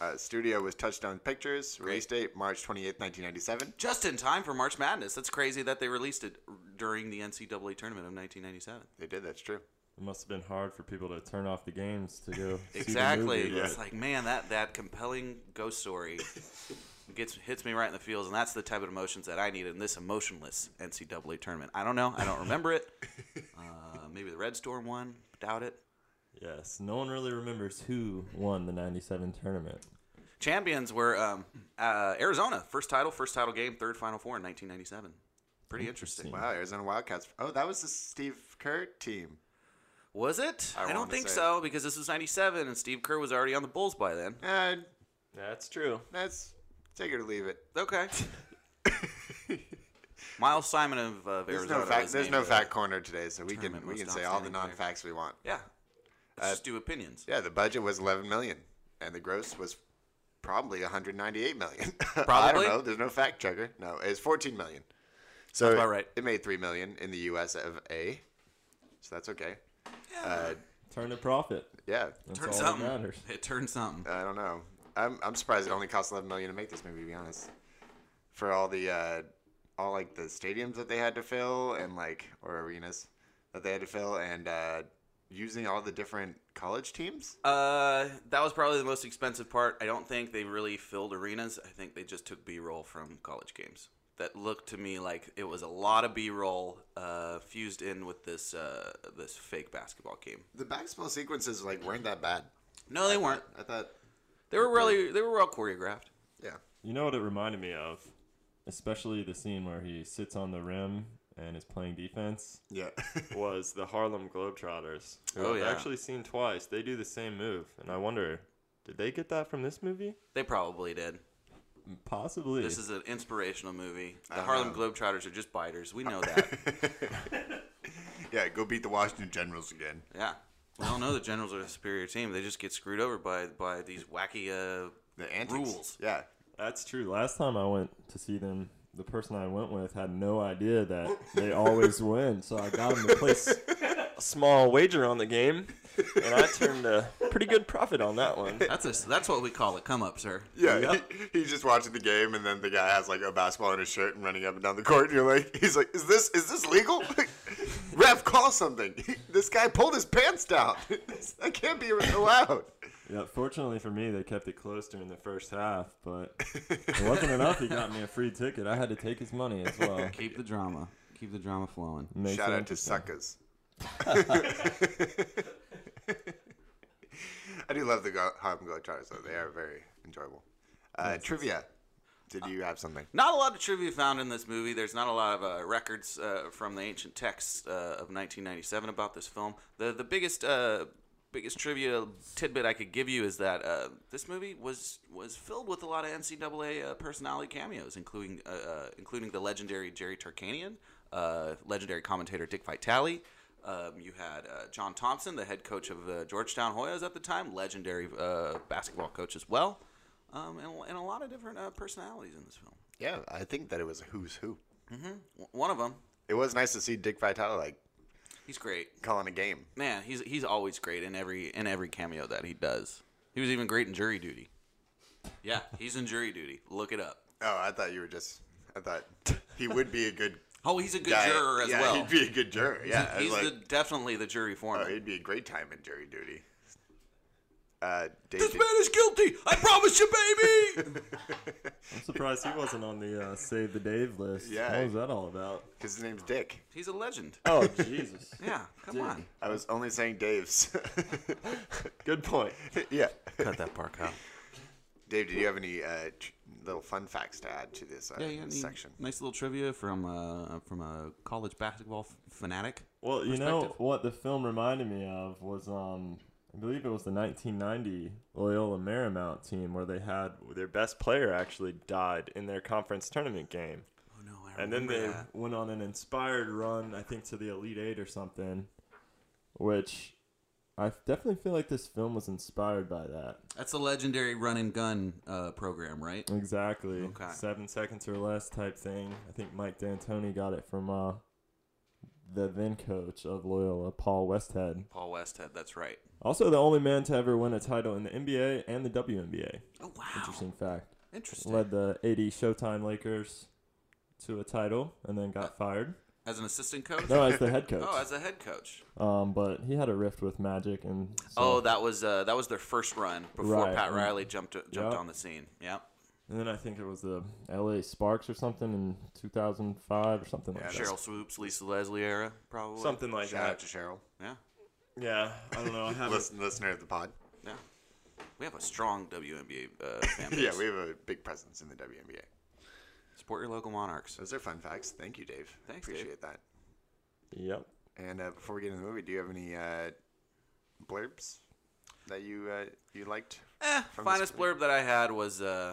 Speaker 1: Uh, studio was Touchstone Pictures. Release date March twenty eighth, 1997.
Speaker 2: Just in time for March Madness. That's crazy that they released it during the NCAA tournament of 1997.
Speaker 1: They did. That's true.
Speaker 3: It must have been hard for people to turn off the games to go.
Speaker 2: Exactly.
Speaker 3: See the movie,
Speaker 2: It's
Speaker 3: but-
Speaker 2: like, man, that that compelling ghost story gets hits me right in the feels, and that's the type of emotions that I need in this emotionless NCAA tournament. I don't know. I don't remember it. Uh, maybe the Red Storm one. Doubt it.
Speaker 3: yes, no one really remembers who won the '97 tournament.
Speaker 2: Champions were um, uh, Arizona. First title, first title game, third Final Four in 1997. Pretty interesting.
Speaker 1: Wow, Arizona Wildcats. Oh, that was the Steve Kerr team.
Speaker 2: Was it?
Speaker 1: I
Speaker 2: I,
Speaker 1: wanna
Speaker 2: don't think
Speaker 1: say.
Speaker 2: so because this was 97 and Steve Kerr was already on the Bulls by then.
Speaker 1: Uh,
Speaker 3: That's true.
Speaker 1: that's take it or leave it.
Speaker 2: Okay. Miles Simon of, of
Speaker 1: There's
Speaker 2: Arizona.
Speaker 1: no fact.
Speaker 2: was
Speaker 1: There's
Speaker 2: named
Speaker 1: no
Speaker 2: the-
Speaker 1: fact corner today, so we can
Speaker 2: tournament
Speaker 1: we
Speaker 2: most
Speaker 1: can say all the
Speaker 2: outstanding player.
Speaker 1: non facts we want.
Speaker 2: Yeah.
Speaker 1: Uh,
Speaker 2: Let's just do opinions.
Speaker 1: Yeah, the budget was 11 million, and the gross was probably 198 million. I don't
Speaker 2: Probably.
Speaker 1: know. There's no fact checker. No, it's 14 million. So
Speaker 2: about right.
Speaker 1: it made three million in the U.S. of A. So that's okay. Uh,
Speaker 3: Turn a profit.
Speaker 1: yeah,
Speaker 3: That's
Speaker 2: Turn
Speaker 3: all
Speaker 2: something.
Speaker 3: that matters.
Speaker 2: It turned something.
Speaker 1: I don't know. I'm I'm surprised it only cost 11 million to make this movie. To be honest, for all the uh, all like the stadiums that they had to fill and like or arenas that they had to fill and uh, using all the different college teams.
Speaker 2: Uh, that was probably the most expensive part. I don't think they really filled arenas. I think they just took B-roll from college games. That looked to me like it was a lot of B-roll uh, fused in with this uh, this fake basketball game.
Speaker 1: The basketball sequences like weren't that bad.
Speaker 2: No, they weren't.
Speaker 1: I thought,
Speaker 2: They were really they were well choreographed.
Speaker 1: yeah.
Speaker 3: You know what it reminded me of, especially the scene where he sits on the rim and is playing defense.
Speaker 1: Yeah.
Speaker 3: was the Harlem Globetrotters. Who
Speaker 2: Oh,
Speaker 3: I've
Speaker 2: yeah.
Speaker 3: actually seen twice. They do the same move, and I wonder, did they get that from this movie?
Speaker 2: They probably did.
Speaker 3: Possibly.
Speaker 2: This is an inspirational movie. The
Speaker 1: don't
Speaker 2: Harlem
Speaker 1: know.
Speaker 2: Globetrotters are just biters. We know that.
Speaker 1: yeah, go beat the Washington Generals again.
Speaker 2: yeah. We all know the Generals are a superior team. They just get screwed over by by these wacky uh,
Speaker 1: The antics.
Speaker 2: Rules.
Speaker 1: Yeah.
Speaker 3: That's true. Last time I went to see them, the person I went with had no idea that they always win, so I got him to place a small wager on the game, and I turned a pretty good profit on that one.
Speaker 2: That's a, that's what we call a come up, sir.
Speaker 1: Yeah, he, he's just watching the game, and then the guy has like a basketball in his shirt and running up and down the court. And you're like, he's like, is this is this legal? Ref, call something. this guy pulled his pants down. that can't be allowed.
Speaker 3: Yeah, fortunately for me, they kept it close during the first half, but it wasn't enough. He got me a free ticket. I had to take his money as well.
Speaker 2: Keep the drama. Keep the drama flowing.
Speaker 3: Makes
Speaker 1: Shout
Speaker 3: it
Speaker 1: out to
Speaker 3: interesting.
Speaker 1: suckers. I do love the Go- Harlem Globetrotters, though. They are very enjoyable. Uh, trivia. Did you have something?
Speaker 2: Not a lot of trivia found in this movie. There's not a lot of uh, records uh, from the ancient texts uh, of 1997 about this film. The the biggest uh, biggest trivia tidbit I could give you is that uh, this movie was was filled with a lot of NCAA uh, personality cameos, including uh, uh, including the legendary Jerry Tarkanian, uh, legendary commentator Dick Vitale. Um, you had uh, John Thompson, the head coach of uh, Georgetown Hoyas at the time, legendary uh, basketball coach as well, um, and, and a lot of different uh, personalities in this film.
Speaker 1: Yeah, I think that it was a who's who.
Speaker 2: W- one of them,
Speaker 1: It was nice to see Dick Vitale like
Speaker 2: he's great.
Speaker 1: calling a game.
Speaker 2: Man, he's he's always great in every in every cameo that he does. He was even great in jury duty. Yeah, he's in jury duty. Look it up.
Speaker 1: Oh, I thought you were just. I thought he would be a good
Speaker 2: Oh, he's a good
Speaker 1: guy.
Speaker 2: juror as
Speaker 1: yeah,
Speaker 2: well.
Speaker 1: he'd be a good juror. Yeah, I was
Speaker 2: he's
Speaker 1: like,
Speaker 2: the, definitely the jury
Speaker 1: oh,
Speaker 2: foreman.
Speaker 1: he'd be a great time in jury duty. Uh,
Speaker 2: this
Speaker 1: Daisy,
Speaker 2: man is guilty. I promise you, baby.
Speaker 3: I'm surprised he wasn't on the uh, Save the Dave list.
Speaker 1: Yeah.
Speaker 3: What was that all about?
Speaker 1: his name's Dick.
Speaker 2: he's a legend.
Speaker 3: Oh, Jesus.
Speaker 2: Yeah, come on.
Speaker 1: I was only saying Dave's.
Speaker 3: Good point.
Speaker 1: yeah,
Speaker 2: Cut that part out.
Speaker 1: Dave, did you have any uh, tr- little fun facts to add to this uh,
Speaker 2: Yeah, yeah.
Speaker 1: section?
Speaker 2: Nice little trivia from uh, from a college basketball f- fanatic.
Speaker 3: Well, you know
Speaker 2: Perspective.
Speaker 3: what the film reminded me of was um I believe it was the 1990 Loyola Marymount team where they had their best player actually died in their conference tournament game.
Speaker 2: Oh no, I remember
Speaker 3: And then they
Speaker 2: that.
Speaker 3: went on an inspired run, I think to the Elite 8 or something, which I definitely feel like this film was inspired by that.
Speaker 2: That's a legendary run and gun uh, program, right?
Speaker 3: Exactly.
Speaker 2: Okay.
Speaker 3: 7 seconds or less type thing. I think Mike D'Antoni got it from uh the then coach of Loyola, Paul Westhead.
Speaker 2: Paul Westhead. That's right.
Speaker 3: Also, the only man to ever win a title in the NBA and the WNBA.
Speaker 2: Oh wow.
Speaker 3: Interesting fact.
Speaker 2: Interesting.
Speaker 3: Led the 80 Showtime Lakers to a title and then got fired.
Speaker 2: As an assistant coach?
Speaker 3: No, as the head coach.
Speaker 2: Oh, as a head coach.
Speaker 3: um, but he had a rift with Magic and. so-
Speaker 2: Oh, that was uh, that was their first run before
Speaker 3: Right.
Speaker 2: Pat Riley jumped uh, jumped
Speaker 3: Yep.
Speaker 2: on the scene. Yep.
Speaker 3: And then I think it was the LA Sparks or something in 2005 or something like that.
Speaker 2: Cheryl Swoops, Lisa Leslie era, probably.
Speaker 3: Something like
Speaker 1: Shout out to
Speaker 3: that.
Speaker 1: Cheryl,
Speaker 2: Yeah.
Speaker 3: Yeah, I don't know. I haven't.
Speaker 1: Listen, listener of the pod.
Speaker 2: Yeah. We have a strong WNBA uh, fan base.
Speaker 1: Yeah, we have a big presence in the WNBA.
Speaker 2: Support your local Monarchs.
Speaker 1: Those are fun facts. Thank you, Dave.
Speaker 2: Thanks, Dave.
Speaker 1: Appreciate that.
Speaker 3: yep.
Speaker 1: And uh, before we get into the movie, do you have any uh, blurbs that you uh, you liked?
Speaker 2: Eh,
Speaker 1: From this
Speaker 2: finest blurb that I had was uh,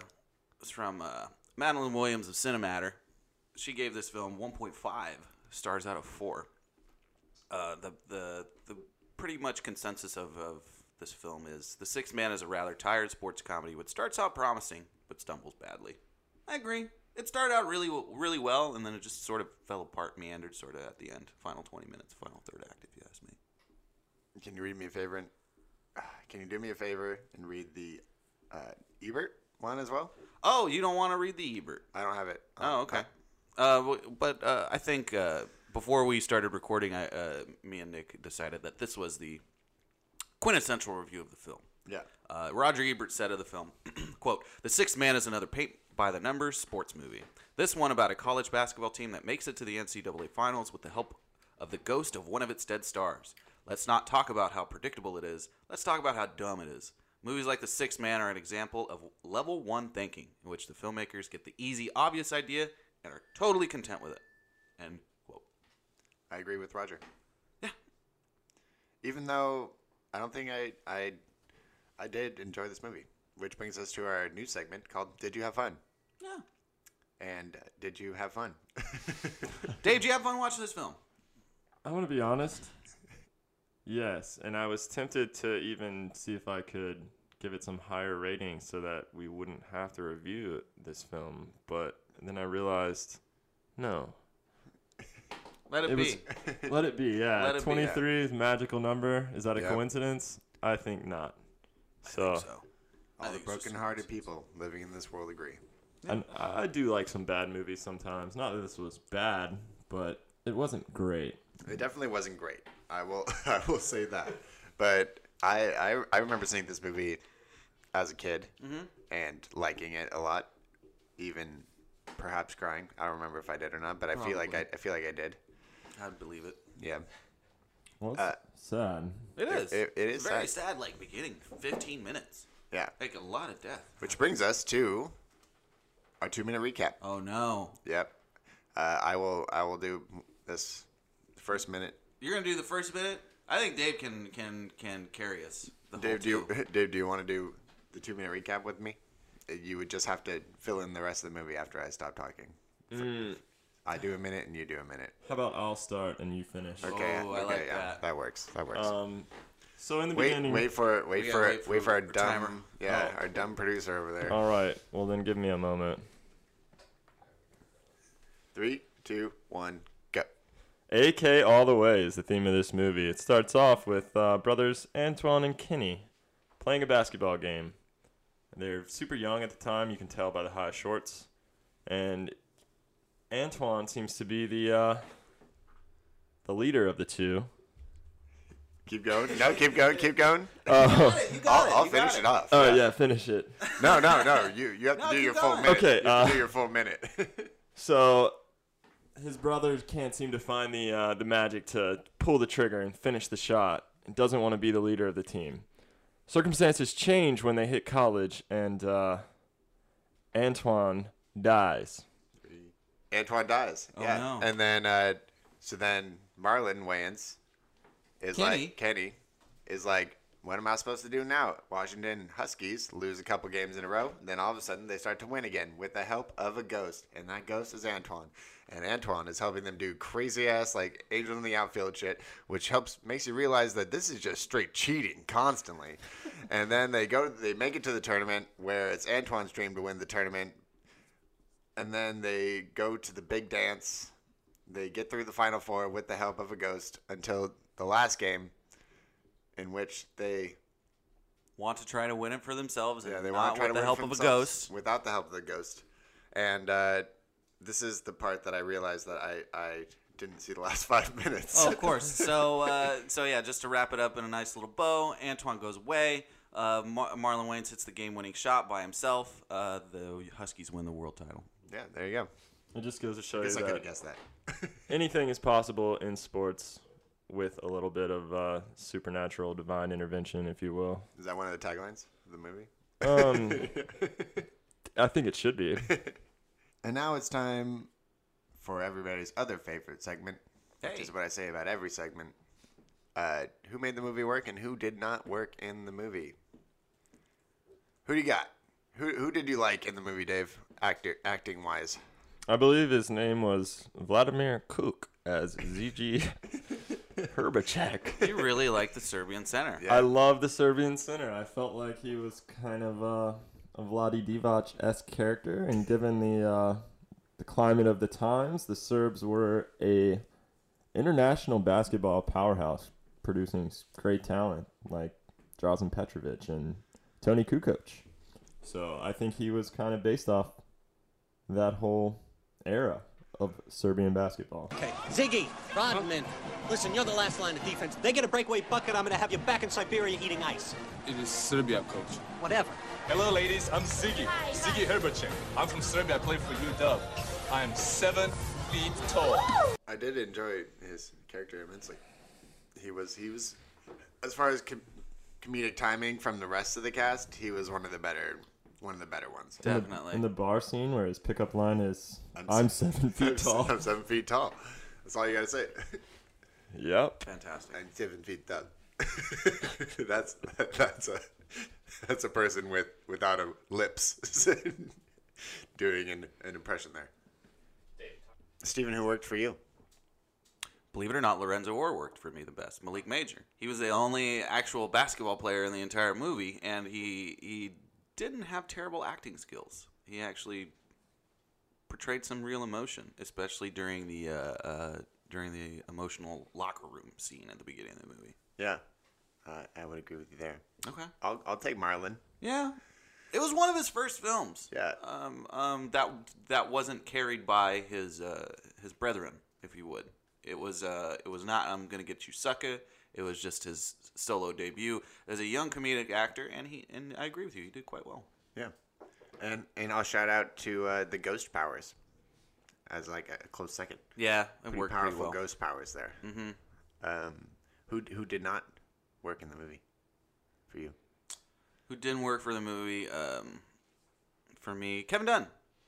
Speaker 2: was from uh, Madeline Williams of Cinematter. She gave this film 1.5 stars out of four. Uh, the the the pretty much consensus of, of this film is the Sixth Man is a rather tired sports comedy, which starts out promising but stumbles badly. I agree. It started out really w- really well, and then it just sort of fell apart, meandered sort of at the end, final 20 minutes, final third act, if you ask me.
Speaker 1: Can you read me a favor? And, uh, can you do me a favor and read the uh, Ebert one as well?
Speaker 2: Oh, you don't want to read the Ebert.
Speaker 1: I don't have it. Um,
Speaker 2: Oh, okay. Uh, w- but uh, I think uh, before we started recording, I, uh, me and Nick decided that this was the quintessential review of the film.
Speaker 1: yeah.
Speaker 2: Uh, Roger Ebert said of the film, quote, The Sixth Man is another paint by the numbers sports movie. This one about a college basketball team that makes it to the NCAA finals with the help of the ghost of one of its dead stars. Let's not talk about how predictable it is. Let's talk about how dumb it is. Movies like The Sixth Man are an example of level one thinking, in which the filmmakers get the easy, obvious idea and are totally content with it. End quote.
Speaker 1: I agree with Roger.
Speaker 2: Yeah.
Speaker 1: Even though I don't think I I I did enjoy this movie, which brings us to our new segment called "Did You Have Fun?"
Speaker 2: Yeah.
Speaker 1: And uh, did you have fun?
Speaker 2: Dave, do you have fun watching this film?
Speaker 3: I'm going to be honest. Yes, and I was tempted to even see if I could give it some higher rating so that we wouldn't have to review this film, but then I realized no.
Speaker 2: Let it,
Speaker 3: It
Speaker 2: be.
Speaker 3: was let it be. Yeah.
Speaker 2: Let it be, yeah.
Speaker 3: 23 is magical number. Is that a
Speaker 1: Yeah.
Speaker 3: coincidence? I think not. So,
Speaker 2: I think so. I
Speaker 1: All the
Speaker 2: think it's just-
Speaker 1: broken-hearted people living in this world agree.
Speaker 3: and I do like some bad movies sometimes. Not that this was bad, but it wasn't great.
Speaker 1: It definitely wasn't great. I will I will say that. But I I, I remember seeing this movie as a kid and liking it a lot, even perhaps crying. I don't remember if I did or not, but I feel like I, I feel like I did.
Speaker 2: I'd believe it.
Speaker 1: Yeah.
Speaker 3: Well, it's
Speaker 1: Uh,
Speaker 3: sad.
Speaker 2: It is.
Speaker 1: it- it is
Speaker 2: very sad. Like beginning, fifteen minutes,
Speaker 1: Yeah.
Speaker 2: like a lot of death.
Speaker 1: Which brings us to our 2-minute recap.
Speaker 2: Oh no!
Speaker 1: Yep. Uh, I will I will do this first minute.
Speaker 2: You're gonna do the first minute. I think Dave can can can carry us. The whole
Speaker 1: Dave, do you,
Speaker 2: two.
Speaker 1: Dave, do you want to do the two minute recap with me? Uh, You would just have to fill in the rest of the movie after I stop talking.
Speaker 2: Mm.
Speaker 1: I do a minute and you do a minute.
Speaker 3: How about I'll start and you finish?
Speaker 1: Okay.
Speaker 2: Oh,
Speaker 1: okay,
Speaker 2: I like
Speaker 1: yeah,
Speaker 2: that. Uh,
Speaker 1: works. That works.
Speaker 3: Um, so in the
Speaker 1: wait,
Speaker 3: beginning,
Speaker 1: wait for it. Wait
Speaker 2: We
Speaker 1: for
Speaker 2: gotta
Speaker 1: it. Wait for our
Speaker 2: a
Speaker 1: dumb.
Speaker 2: timer. Oh. Uh.
Speaker 1: Yeah, our dumb producer over there.
Speaker 3: All right. Well, then give me a moment.
Speaker 1: Three, two, one, go.
Speaker 3: AK All the Way is the theme of this movie. It starts off with uh, brothers Antoine and Kenny playing a basketball game. They're super young at the time, you can tell by the high shorts. And Antoine seems to be the uh, the leader of the two.
Speaker 1: Keep going. No, keep going. Keep going.
Speaker 3: Oh,
Speaker 2: You got
Speaker 1: I'll,
Speaker 2: it,
Speaker 1: I'll
Speaker 2: you got
Speaker 1: finish it, off.
Speaker 3: oh yeah, finish it.
Speaker 1: No, no, no. You you have
Speaker 2: No,
Speaker 1: to do
Speaker 2: keep
Speaker 1: your full
Speaker 2: going.
Speaker 1: minute.
Speaker 3: Okay,
Speaker 1: You have to
Speaker 3: uh,
Speaker 1: do your full minute.
Speaker 3: So his brother can't seem to find the uh, the magic to pull the trigger and finish the shot. And doesn't want to be the leader of the team. Circumstances change when they hit college, and uh, Antoine dies.
Speaker 1: Antoine dies.
Speaker 2: Oh,
Speaker 1: yeah.
Speaker 2: no.
Speaker 1: And then uh, so then Marlon Wayans is
Speaker 2: Kenny.
Speaker 1: like Kenny is like, what am I supposed to do now? Washington Huskies lose a couple games in a row, then all of a sudden they start to win again with the help of a ghost, and that ghost is Antoine. And Antoine is helping them do crazy ass like angel in the outfield shit, which helps makes you realize that this is just straight cheating constantly. and then they go they make it to the tournament where it's Antoine's dream to win the tournament, and then they go to the big dance. They get through the final four with the help of a ghost until the last game, in which they
Speaker 2: Want to try to win it for themselves? And
Speaker 1: yeah they
Speaker 2: not
Speaker 1: want to try to
Speaker 2: with the
Speaker 1: win
Speaker 2: help
Speaker 1: for
Speaker 2: of a
Speaker 1: themselves
Speaker 2: ghost.
Speaker 1: without the help of the ghost, and uh, this is the part that I realized that I I didn't see the last five minutes.
Speaker 2: Oh, of course. So, uh, so yeah, just to wrap it up in a nice little bow, Antoine goes away. Uh, Mar- Marlon Wayans hits the game-winning shot by himself. Uh, the Huskies win the world title.
Speaker 1: yeah, there you go.
Speaker 3: It just goes to show you
Speaker 1: Guess I could have
Speaker 3: that
Speaker 1: guessed that.
Speaker 3: anything is possible in sports with a little bit of uh, supernatural divine intervention, if you will.
Speaker 1: Is that one of the taglines of the movie?
Speaker 3: Um, I think it should be.
Speaker 1: And now it's time for everybody's other favorite segment, which
Speaker 2: Hey.
Speaker 1: is what I say about every segment. Uh, who made the movie work and who did not work in the movie? Who do you got? Who who did you like in the movie, Dave? Actor acting wise.
Speaker 3: I believe his name was Vladimir Kuk as ZG Herbacek.
Speaker 2: You really like the Serbian center.
Speaker 1: Yeah.
Speaker 3: I love the Serbian center. I felt like he was kind of uh, a Vladi Divac esque character, and given the uh, the climate of the times, the Serbs were a international basketball powerhouse, producing s- great talent like Drazen Petrovic and Tony Kukoc. So I think he was kind of based off that whole era of Serbian basketball.
Speaker 4: Okay, Ziggy, Rodman, listen, you're the last line of defense. They get a breakaway bucket, I'm gonna have you back in Siberia eating ice.
Speaker 5: It is Serbia, coach.
Speaker 4: Whatever.
Speaker 5: Hello, ladies. I'm Ziggy. Ziggy Herbacek. I'm from Serbia. I play for UW. I am seven feet tall.
Speaker 1: I did enjoy his character immensely. He was he was as far as com- comedic timing from the rest of the cast, he was one of the better one of the better ones.
Speaker 2: Definitely.
Speaker 3: In the bar scene where his pickup line is, I'm,
Speaker 1: s-
Speaker 3: seven feet tall.
Speaker 1: I'm seven feet tall. That's all you gotta say.
Speaker 3: Yep.
Speaker 2: Fantastic.
Speaker 1: I'm seven feet tall. that's that's a that's a person with without a lips doing an, an impression there. Stephen, who worked for you?
Speaker 2: Believe it or not, Lorenzo Orr worked for me the best. Malik Major. He was the only actual basketball player in the entire movie, and he he didn't have terrible acting skills. He actually portrayed some real emotion, especially during the uh, uh, during the emotional locker room scene at the beginning of the movie.
Speaker 1: Yeah, uh, I would agree with you there.
Speaker 2: Okay.
Speaker 1: I'll I'll take Marlon.
Speaker 2: Yeah. It was one of his first films.
Speaker 1: Yeah.
Speaker 2: Um, um, that that wasn't carried by his uh, his brethren, if you would. It was uh, it was not I'm gonna get you sucker. It was just his solo debut as a young comedic actor, and he and I agree with you. He did quite well.
Speaker 1: Yeah, and and I'll shout out to uh, the ghost powers as like a close second.
Speaker 2: Yeah, it
Speaker 1: Pretty
Speaker 2: worked pretty
Speaker 1: powerful
Speaker 2: well.
Speaker 1: ghost powers there. Mm-hmm. Um, who who did not work in the movie for you?
Speaker 2: Who didn't work for the movie? Um, for me, Kevin Dunn,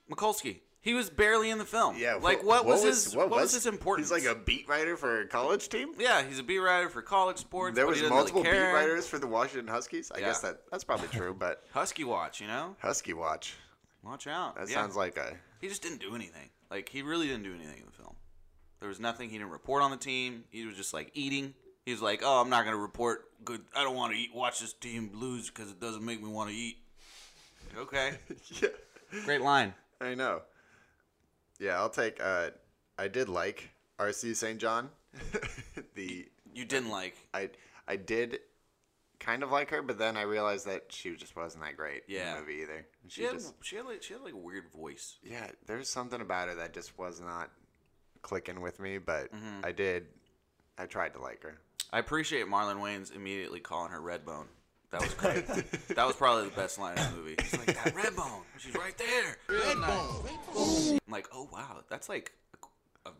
Speaker 2: Mikulski. He was barely in the film.
Speaker 1: Yeah.
Speaker 2: Like
Speaker 1: wh-
Speaker 2: what, was, his what, was, his importance?
Speaker 1: He's like a beat writer for a college team.
Speaker 2: yeah, he's a beat writer for college sports.
Speaker 1: There
Speaker 2: but
Speaker 1: was
Speaker 2: he doesn't
Speaker 1: multiple
Speaker 2: really
Speaker 1: beat
Speaker 2: care.
Speaker 1: writers for the Washington Huskies. I guess
Speaker 2: Yeah.
Speaker 1: that that's probably true, but
Speaker 2: Husky watch, you know,
Speaker 1: Husky watch.
Speaker 2: watch out.
Speaker 1: That
Speaker 2: Yeah.
Speaker 1: sounds like a
Speaker 2: he just didn't do anything. Like he really didn't do anything in the film. There was nothing. He didn't report on the team. He was just like eating. He was like, "Oh, I'm not gonna report. Good. I don't want to eat. Watch this team lose because it doesn't make me want to eat." Okay.
Speaker 1: yeah.
Speaker 2: Great line.
Speaker 1: I know. Yeah, I'll take. Uh, I did like RC St. John. the
Speaker 2: You didn't like.
Speaker 1: I I did kind of like her, but then I realized that she just wasn't that great in
Speaker 2: Yeah.
Speaker 1: the movie either. And She
Speaker 2: She had,
Speaker 1: just
Speaker 2: she had like she had like a weird voice.
Speaker 1: yeah, there's something about her that just was not clicking with me, but
Speaker 2: Mm-hmm.
Speaker 1: I did. I tried to like her.
Speaker 2: I appreciate Marlon Wayne's immediately calling her Redbone. That was great. that was probably the best line in the movie. He's like, that Redbone, she's right there. Redbone. I'm like, oh wow, that's like a, a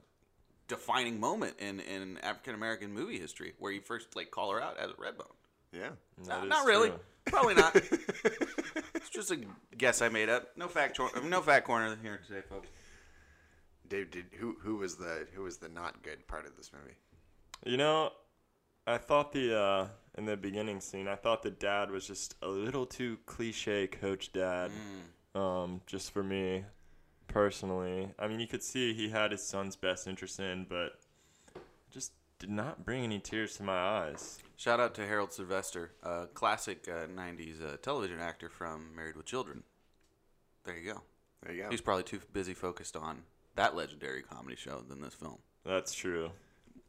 Speaker 2: defining moment in, in African American movie history where you first like call her out as Redbone.
Speaker 1: Yeah.
Speaker 3: That
Speaker 2: No,
Speaker 3: is
Speaker 2: not really.
Speaker 3: true.
Speaker 2: Probably not. it's just a guess I made up. No fact, chor- no fact corner here today, folks.
Speaker 1: Dave, did who who was the who was the not good part of this movie?
Speaker 3: You know, I thought the uh, in the beginning scene, I thought the dad was just a little too cliche, coach dad.
Speaker 2: Mm.
Speaker 3: Um, just for me personally, I mean, you could see he had his son's best interest in, but just did not bring any tears to my eyes.
Speaker 2: Shout out to Harold Sylvester, a classic uh, 90s uh, television actor from Married with Children. There you go.
Speaker 1: There you go.
Speaker 2: He's probably too busy focused on that legendary comedy show than this film.
Speaker 3: That's true.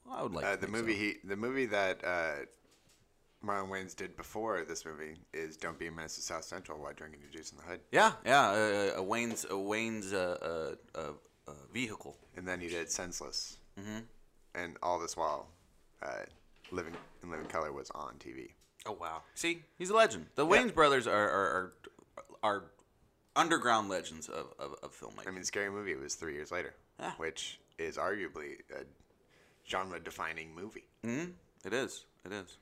Speaker 2: I would like
Speaker 1: Uh,
Speaker 2: to
Speaker 1: the
Speaker 2: think so.
Speaker 1: movie he the movie that uh, Marlon Wayans did before this movie is "Don't Be a Menace to South Central While Drinking Your Juice in the Hood,"
Speaker 2: Yeah, yeah, uh, a Wayne's a Wayne's uh, uh, uh, uh, vehicle.
Speaker 1: and then he did "Senseless," mm-hmm. and all this while uh, "Living in Living Color" was on TV.
Speaker 2: Oh wow! See, he's a legend. The Wayne's brothers are are, are are underground legends of of, of filmmaking.
Speaker 1: I mean, "Scary Movie" was three years later,
Speaker 2: Yeah.
Speaker 1: which is arguably a genre-defining movie.
Speaker 2: Mhm. It is. It is.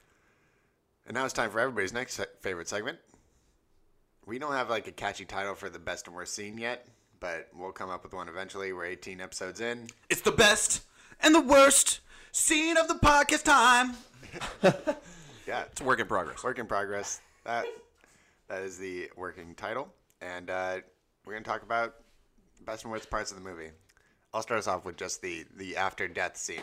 Speaker 1: And now it's time for everybody's next se- favorite segment. We don't have like a catchy title for the best and worst scene yet, but we'll come up with one eventually. We're 18 episodes in.
Speaker 2: It's the best and the worst scene of the podcast time.
Speaker 1: Yeah.
Speaker 2: It's a work in progress.
Speaker 1: Work in progress. That that is the working title, and uh, we're gonna talk about best and worst parts of the movie. I'll start us off with just the the after death scene.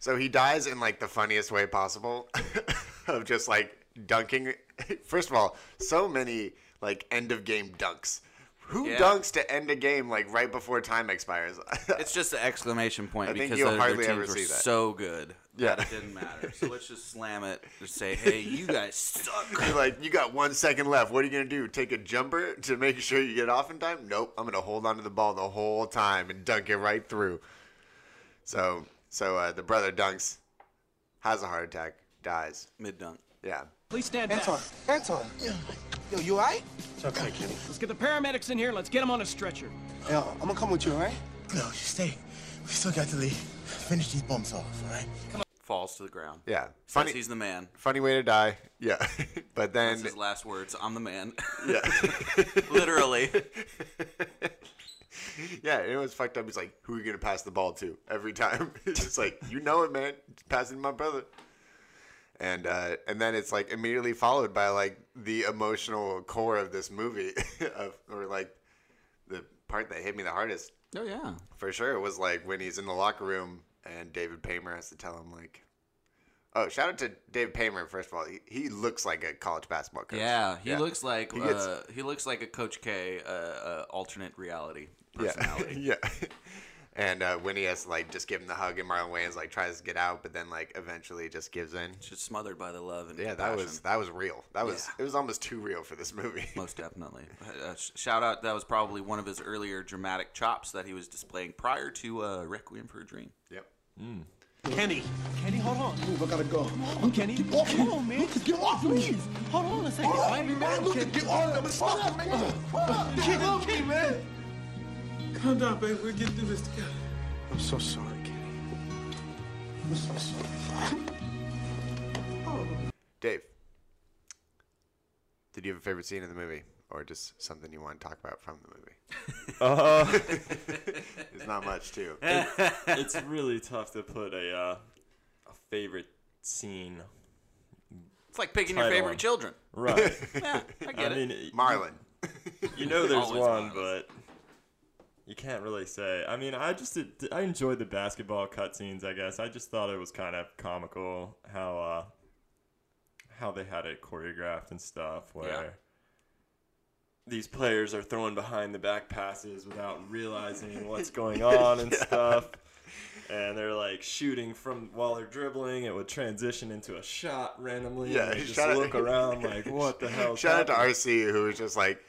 Speaker 1: So he dies in like the funniest way possible, of just like dunking. First of all, so many like end of game dunks. Who
Speaker 2: Yeah.
Speaker 1: dunks to end a game like right before time expires?
Speaker 2: It's just an exclamation point
Speaker 1: I think
Speaker 2: because
Speaker 1: you'll
Speaker 2: their, their
Speaker 1: hardly
Speaker 2: teams
Speaker 1: ever
Speaker 2: were
Speaker 1: see that.
Speaker 2: so good that
Speaker 1: Yeah.
Speaker 2: it didn't matter. So let's just slam it and say, "Hey, you guys suck."
Speaker 1: You're like, you got one second left. What are you gonna do? Take a jumper to make sure you get off in time? Nope. I'm gonna hold onto the ball the whole time and dunk it right through. So, so uh, the brother dunks, has a heart attack, dies.
Speaker 2: Mid dunk.
Speaker 1: Yeah.
Speaker 4: Please stand back.
Speaker 6: Anton, Anton. Yo, you alright?
Speaker 7: It's okay, Kenny.
Speaker 4: Let's get the paramedics in here. Let's get them on a stretcher.
Speaker 6: Yo, I'm gonna come with you, alright?
Speaker 7: No, just stay. We still got to leave. Finish these bumps off, all right?
Speaker 2: Falls to the ground.
Speaker 1: Yeah.
Speaker 2: Funny.
Speaker 1: Funny,
Speaker 2: He's the man.
Speaker 1: funny way to die. Yeah. but
Speaker 2: That's
Speaker 1: then,
Speaker 2: his last words. I'm the man.
Speaker 1: yeah,
Speaker 2: Literally.
Speaker 1: yeah, it was fucked up. He's like, who are you gonna pass the ball to every time? it's just like, you know it, man. It's passing to my brother. and uh, and then it's like immediately followed by like the emotional core of this movie, of or like the part that hit me the hardest
Speaker 2: Oh yeah.
Speaker 1: for sure was like when he's in the locker room and David Paymer has to tell him like, oh shout out to David Paymer first of all he, he looks like a college basketball coach
Speaker 2: Yeah. He looks like
Speaker 1: He gets-
Speaker 2: uh, he looks like a Coach K uh, uh, alternate reality
Speaker 1: yeah
Speaker 2: personality.
Speaker 1: yeah. And uh, when he has to, like just give him the hug, and Marlon Wayans like tries to get out, but then like eventually just gives in.
Speaker 2: Just smothered by the love and
Speaker 1: Yeah, that
Speaker 2: compassion.
Speaker 1: was that was real. That was it
Speaker 2: Yeah.
Speaker 1: was almost too real for this movie.
Speaker 2: Most definitely. Uh, sh- shout out. That was probably one of his earlier dramatic chops that he was displaying prior to uh, Requiem for a Dream.
Speaker 1: yep.
Speaker 4: Kenny.
Speaker 7: Kenny, hold on. Move, I gotta go. Come on, Kenny. Keep walking.
Speaker 4: Come on, man.
Speaker 7: Lucas, get off me.
Speaker 4: Please. Hold on a second.
Speaker 7: Hold
Speaker 4: Why
Speaker 7: on,
Speaker 4: are you
Speaker 7: man.
Speaker 4: mad,
Speaker 7: Lucas,
Speaker 4: Kenny?
Speaker 7: get off me. I'm stuck, man. Hold on. Get off me, man.
Speaker 6: Calm down, baby. We'll get through this together.
Speaker 7: I'm so sorry, Kenny. I'm so sorry.
Speaker 1: Dave, did you have a favorite scene in the movie or just something you want to talk about from the movie?
Speaker 3: Uh,
Speaker 1: There's not much too.
Speaker 3: it's really tough to put a uh, a favorite scene.
Speaker 2: It's like picking your
Speaker 3: Title.
Speaker 2: favorite children.
Speaker 3: Right.
Speaker 2: Yeah, I
Speaker 3: I
Speaker 2: get it.
Speaker 3: mean,
Speaker 1: Marlon.
Speaker 3: you know there's
Speaker 2: Always
Speaker 3: one,
Speaker 2: honest.
Speaker 3: but you can't really say. I mean, I just did- I enjoyed the basketball cutscenes. I guess I just thought it was kind of comical how uh, how they had it choreographed and stuff, where these players are throwing behind the back passes without realizing what's going on and stuff. And they're like shooting from while they're dribbling. It would transition into a shot randomly.
Speaker 1: Yeah,
Speaker 3: and they just
Speaker 1: shout out-
Speaker 3: look around like, what the hell?
Speaker 1: Shout out to RC who was just like,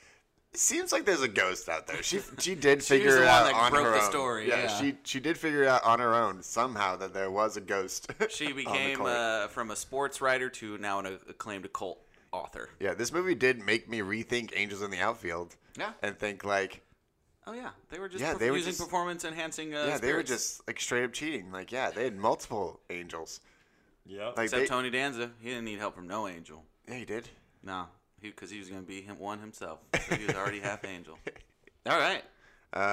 Speaker 1: seems like there's a ghost out there. She she did
Speaker 2: She was
Speaker 1: figure
Speaker 2: the
Speaker 1: it
Speaker 2: one
Speaker 1: out
Speaker 2: that
Speaker 1: on
Speaker 2: broke
Speaker 1: her
Speaker 2: the
Speaker 1: own.
Speaker 2: story, yeah.
Speaker 1: she she did figure it out on her own somehow that there was a ghost. on
Speaker 2: She
Speaker 1: the
Speaker 2: became
Speaker 1: court.
Speaker 2: uh, from a sports writer to now an acclaimed occult author.
Speaker 1: Yeah, this movie did make me rethink Angels in the Outfield.
Speaker 2: Yeah.
Speaker 1: And think like,
Speaker 2: Oh yeah, they were just
Speaker 1: Yeah,
Speaker 2: perf-
Speaker 1: they were
Speaker 2: using
Speaker 1: just-
Speaker 2: performance enhancing. Uh,
Speaker 1: yeah, they were
Speaker 2: spirits.
Speaker 1: just like straight up cheating. Like, yeah, they had multiple angels.
Speaker 3: Yep.
Speaker 1: Like
Speaker 2: Except
Speaker 1: they,
Speaker 2: Tony Danza, he didn't need help from no angel.
Speaker 1: yeah, he did.
Speaker 2: No, he because he was gonna be him, one himself. So he was already half angel. All right,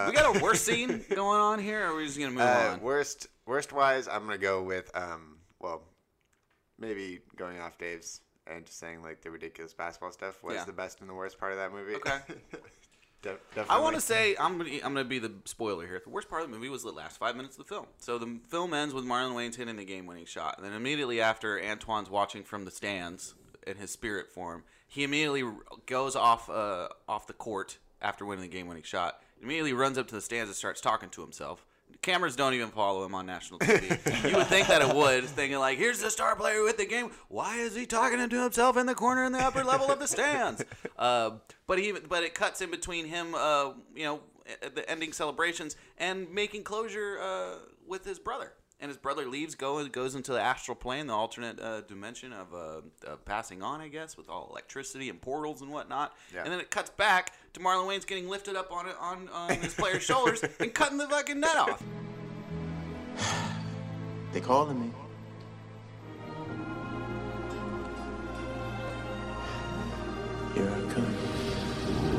Speaker 2: we got a worse scene going on here. Or are we just gonna move
Speaker 1: Uh,
Speaker 2: on?
Speaker 1: worst worst wise, I'm gonna go with um well, maybe going off Dave's and just saying like the ridiculous basketball stuff was
Speaker 2: Yeah.
Speaker 1: the best and the worst part of that movie.
Speaker 2: Okay.
Speaker 1: De- definitely.
Speaker 2: I want to say I'm gonna, e, I'm gonna be the spoiler here. The worst part of the movie was the last five minutes of the film. So the film ends with Marlon Wayans hitting the game-winning shot, and then immediately after, Antoine's watching from the stands in his spirit form. He immediately r- goes off uh, off the court after winning the game-winning shot. Immediately runs up to the stands and starts talking to himself. Cameras don't even follow him on national TV. you would think that it would, thinking like, "Here's the star player with the game. Why is he talking to himself in the corner in the upper level of the stands?" Uh, but he, but it cuts in between him, uh, you know, at the ending celebrations and making closure uh, with his brother. And his brother leaves, goes goes into the astral plane, the alternate uh, dimension of uh, uh, passing on, I guess, with all electricity and portals and whatnot.
Speaker 1: Yeah.
Speaker 2: And then it cuts back to Marlon Wayne's getting lifted up on on, on his player's shoulders and cutting the fucking net off.
Speaker 7: They calling me. Here I come.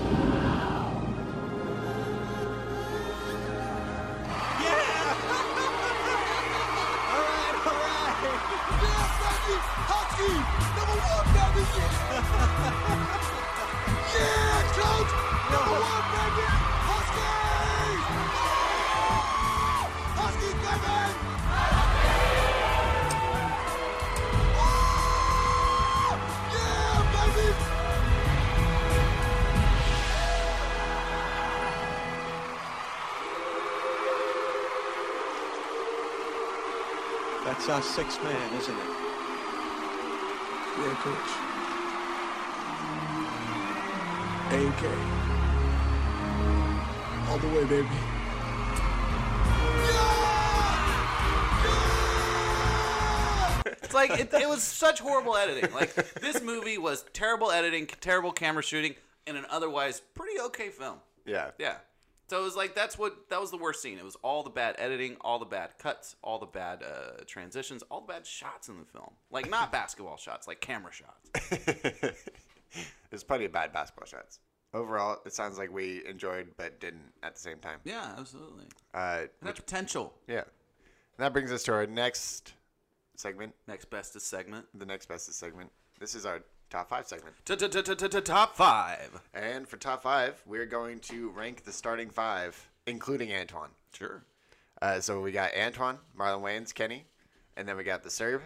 Speaker 4: That's our sixth man, isn't it?
Speaker 7: Yeah, coach. AK. All the way, baby.
Speaker 2: It's like it, it was such horrible editing. Like this movie was terrible editing, terrible camera shooting, in an otherwise pretty okay film.
Speaker 1: Yeah.
Speaker 2: Yeah. So it was like that's what that was the worst scene. It was all the bad editing, all the bad cuts, all the bad uh, transitions, all the bad shots in the film. Like not basketball shots, like camera shots.
Speaker 1: There's plenty of bad basketball shots. Overall, it sounds like we enjoyed but didn't at the same time.
Speaker 2: Yeah, absolutely.
Speaker 1: Uh,
Speaker 2: And that potential.
Speaker 1: yeah. And that brings us to our next segment,
Speaker 2: Next bestest segment.
Speaker 1: the next bestest segment. This is our top five segment.
Speaker 2: Top five.
Speaker 1: And for top five, we're going to rank the starting five, including Antoine.
Speaker 2: Sure.
Speaker 1: Uh, so we got Antoine, Marlon Wayans, Kenny, and then we got the Serb,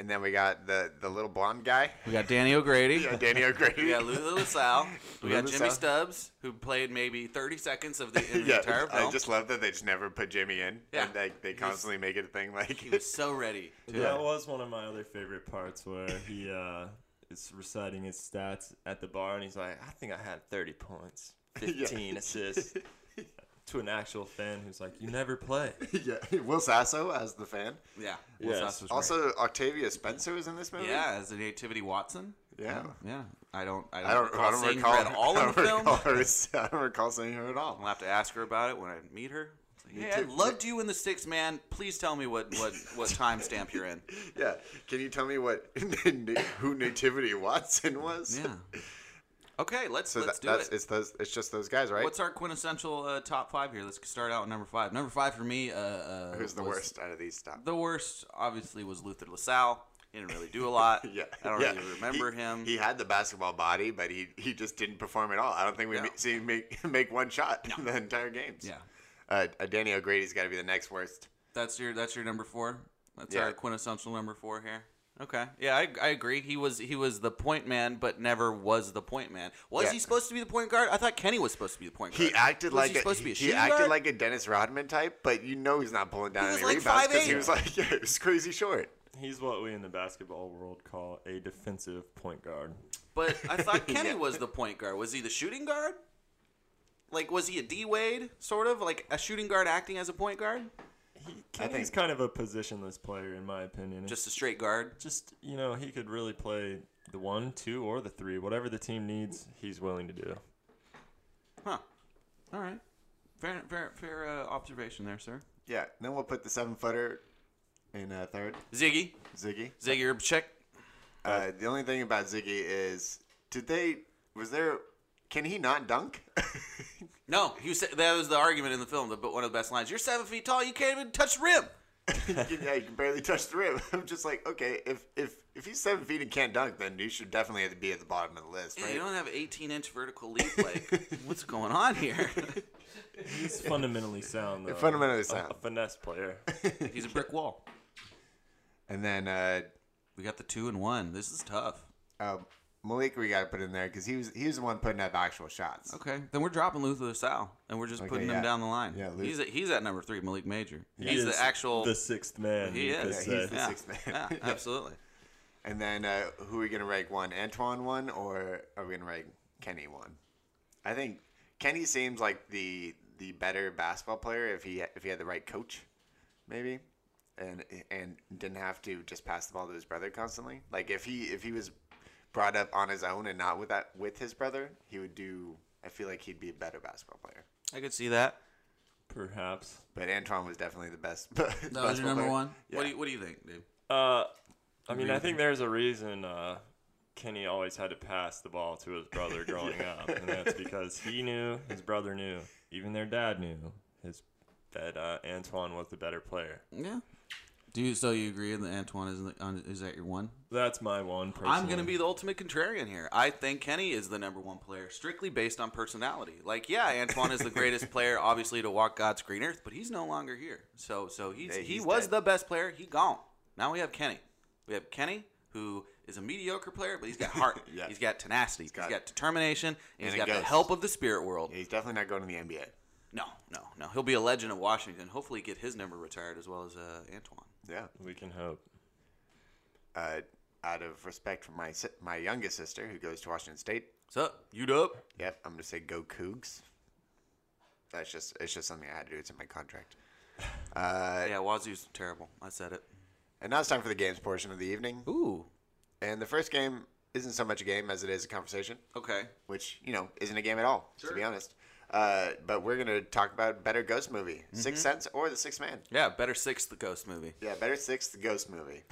Speaker 1: and then we got the the little blonde guy,
Speaker 2: We got Danny O'Grady.
Speaker 1: Danny O'Grady.
Speaker 2: We got Lulu LaSalle. We got
Speaker 1: Lou
Speaker 2: Jimmy
Speaker 1: LaSalle.
Speaker 2: Stubbs, who played maybe 30 seconds of the, in the
Speaker 1: Yeah,
Speaker 2: entire film.
Speaker 1: I just love that they just never put Jimmy in,
Speaker 2: Yeah.
Speaker 1: and like they constantly make it a thing. Like,
Speaker 2: He was so ready. To,
Speaker 3: That was one of my other favorite parts where he uh, is reciting his stats at the bar and he's like, I think I had 30 points, 15 assists. to an actual fan who's like, You never play.
Speaker 1: yeah, Will Sasso as the fan.
Speaker 2: yeah.
Speaker 3: Yes.
Speaker 2: Sasso was
Speaker 1: Also, Octavia Spencer was in this movie.
Speaker 2: great. yeah, as the Nativity Watson.
Speaker 1: yeah.
Speaker 2: Yeah, I don't. I don't,
Speaker 1: I don't.
Speaker 2: recall
Speaker 1: I don't
Speaker 2: seeing
Speaker 1: recall.
Speaker 2: her at all
Speaker 1: I
Speaker 2: in the
Speaker 1: don't
Speaker 2: film.
Speaker 1: recall her- I don't recall seeing her at all.
Speaker 2: I'll have to ask her about it when I meet her. It's like, hey, I
Speaker 1: too.
Speaker 2: loved you in the Sixth Man. Please tell me what what what time stamp you're in.
Speaker 1: Yeah. Can you tell me what who Nativity Watson was?
Speaker 2: Yeah. Okay, let's
Speaker 1: So
Speaker 2: let's
Speaker 1: that,
Speaker 2: do
Speaker 1: that's
Speaker 2: it.
Speaker 1: it's those it's just those guys, right?
Speaker 2: What's our quintessential uh, top five here? Let's start out with number five. Number five for me. Uh, uh,
Speaker 1: Who's the
Speaker 2: was-
Speaker 1: worst out of these top?
Speaker 2: The worst, obviously, was Luther LaSalle. He didn't really do a lot.
Speaker 1: yeah,
Speaker 2: I don't
Speaker 1: yeah.
Speaker 2: really remember
Speaker 1: He-
Speaker 2: him.
Speaker 1: He had the basketball body, but he, he just didn't perform at all. I don't think we
Speaker 2: Yeah.
Speaker 1: ma- see him make make one shot in the entire games.
Speaker 2: Yeah.
Speaker 1: uh, uh, Danny O'Grady's got to be the next worst.
Speaker 2: That's your that's your number four. That's
Speaker 1: Yeah.
Speaker 2: our quintessential number four here. Okay. Yeah, I, I agree. He was he was the point man, but never was the point man. Was
Speaker 1: Yeah.
Speaker 2: he supposed to be the point guard? I thought Kenny was supposed to be the point guard.
Speaker 1: He acted
Speaker 2: was
Speaker 1: like
Speaker 2: he
Speaker 1: a,
Speaker 2: supposed to be
Speaker 1: Uh, he,
Speaker 2: a
Speaker 1: he
Speaker 2: shooting
Speaker 1: acted
Speaker 2: guard?
Speaker 1: like a Dennis Rodman type, but you know he's not pulling down
Speaker 2: was
Speaker 1: any
Speaker 2: like
Speaker 1: rebounds because he
Speaker 2: 5'8".
Speaker 1: was like yeah, it was crazy short.
Speaker 3: He's what we in the basketball world call a defensive point guard.
Speaker 2: But I thought Kenny was the point guard. Was he the shooting guard? Like was he a D Wade sort of like a shooting guard acting as a point guard?
Speaker 1: think-
Speaker 3: He's kind of a positionless player in my opinion.
Speaker 2: Just a straight guard.
Speaker 3: just you know, he could really play the one, two, or the three. Whatever the team needs, he's willing to do.
Speaker 2: Huh. All right. Fair fair fair uh, observation there, sir.
Speaker 1: Yeah. Then we'll put the seven footer in uh, third,
Speaker 2: Ziggy,
Speaker 1: Ziggy.
Speaker 2: Ziggy Urbichek.
Speaker 1: Uh, the only thing about Ziggy is, did they? Was there? Can he not dunk?
Speaker 2: No, he was, that was the argument in the film. The, but one of the best lines: "You're seven feet tall. You can't even touch the rim."
Speaker 1: yeah, he can barely touch the rim. I'm just like, okay, if if if he's seven feet and can't dunk, then he should definitely have to be at the bottom of the list,
Speaker 2: Yeah,
Speaker 1: right?
Speaker 2: you don't have 18 inch vertical leap. Like, what's going on here?
Speaker 3: He's fundamentally sound though.
Speaker 1: fundamentally
Speaker 3: A-
Speaker 1: sound.
Speaker 3: A, finesse player.
Speaker 2: He's a brick wall.
Speaker 1: and then uh,
Speaker 2: We got the two and one. This is tough.
Speaker 1: uh, Malik, we got to put in there because he was he was the one putting up actual shots.
Speaker 2: Okay, then we're dropping Luther LaSalle and we're just
Speaker 1: Okay,
Speaker 2: putting
Speaker 1: yeah.
Speaker 2: him down the line.
Speaker 1: Yeah, Luth-
Speaker 2: he's at, he's at number three, Malik Major.
Speaker 3: He
Speaker 2: he's
Speaker 3: is
Speaker 2: the actual.
Speaker 3: the sixth man.
Speaker 2: he
Speaker 3: you
Speaker 2: is.
Speaker 3: could
Speaker 2: Yeah,
Speaker 1: he's
Speaker 3: say.
Speaker 1: the
Speaker 2: yeah.
Speaker 1: sixth man.
Speaker 2: Yeah,
Speaker 1: Yeah.
Speaker 2: absolutely.
Speaker 1: And then uh, who are we gonna rank one? Antoine one, or are we gonna rank Kenny one? I think Kenny seems like the the better basketball player if he if he had the right coach, maybe, and and didn't have to just pass the ball to his brother constantly. Like if he if he was brought up on his own and not with that with his brother, he would do. I feel like he'd be a better basketball player.
Speaker 2: I could see that.
Speaker 3: Perhaps.
Speaker 1: But Antoine was definitely the best.
Speaker 2: That was your number one.
Speaker 1: Yeah.
Speaker 2: What do you What do you think, dude?
Speaker 3: Uh, I mean, I think there's a reason uh, Kenny always had to pass the ball to his brother growing up, and that's because he knew, his brother knew, even their dad knew his that uh, Antoine was the better player.
Speaker 2: Yeah. Do you so you agree that Antoine is the, on, is that your one?
Speaker 3: That's my one. Personally.
Speaker 2: I'm going to be the ultimate contrarian here. I think Kenny is the number one player, strictly based on personality. Like, yeah, Antoine is the greatest player, obviously, to walk God's green earth, but he's no longer here. So, so he's,
Speaker 1: Yeah,
Speaker 2: he
Speaker 1: he's
Speaker 2: was
Speaker 1: dead.
Speaker 2: the best player. He gone. Now we have Kenny. We have Kenny, who is a mediocre player, but he's got heart.
Speaker 1: Yeah.
Speaker 2: He's got tenacity.
Speaker 1: got-
Speaker 2: he's got determination. And
Speaker 1: And
Speaker 2: he's
Speaker 1: it
Speaker 2: got the
Speaker 1: goes.
Speaker 2: help of the spirit world.
Speaker 1: He's definitely not going to the NBA.
Speaker 2: No, no, no. He'll be a legend of Washington. Hopefully, get his number retired as well as uh, Antoine.
Speaker 1: Yeah.
Speaker 3: We can hope.
Speaker 1: uh, out of respect for my si- my youngest sister who goes to Washington State.
Speaker 2: What's up? You dub?
Speaker 1: Yep, I'm gonna say go Cougs. That's just it's just something I had to do. It's in my contract.
Speaker 2: Yeah, Wazoo's terrible. I said it.
Speaker 1: And now it's time for the games portion of the evening.
Speaker 2: Ooh.
Speaker 1: And the first game isn't so much a game as it is a conversation,
Speaker 2: Okay.
Speaker 1: which you know isn't a game at all, to be honest. Uh, but we're gonna talk about better ghost movie,
Speaker 2: Mm-hmm.
Speaker 1: Sixth Sense or The Sixth Man.
Speaker 2: Yeah, better six the ghost movie.
Speaker 1: Yeah, better sixth ghost movie.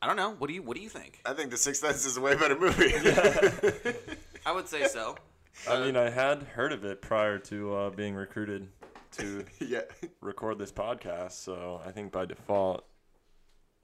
Speaker 2: I don't know. What do you What do you think?
Speaker 1: I think The Sixth Sense is a way better movie.
Speaker 2: I would say so. Uh,
Speaker 3: I mean, I had heard of it prior to uh, being recruited to
Speaker 1: yeah,
Speaker 3: record this podcast, so I think by default,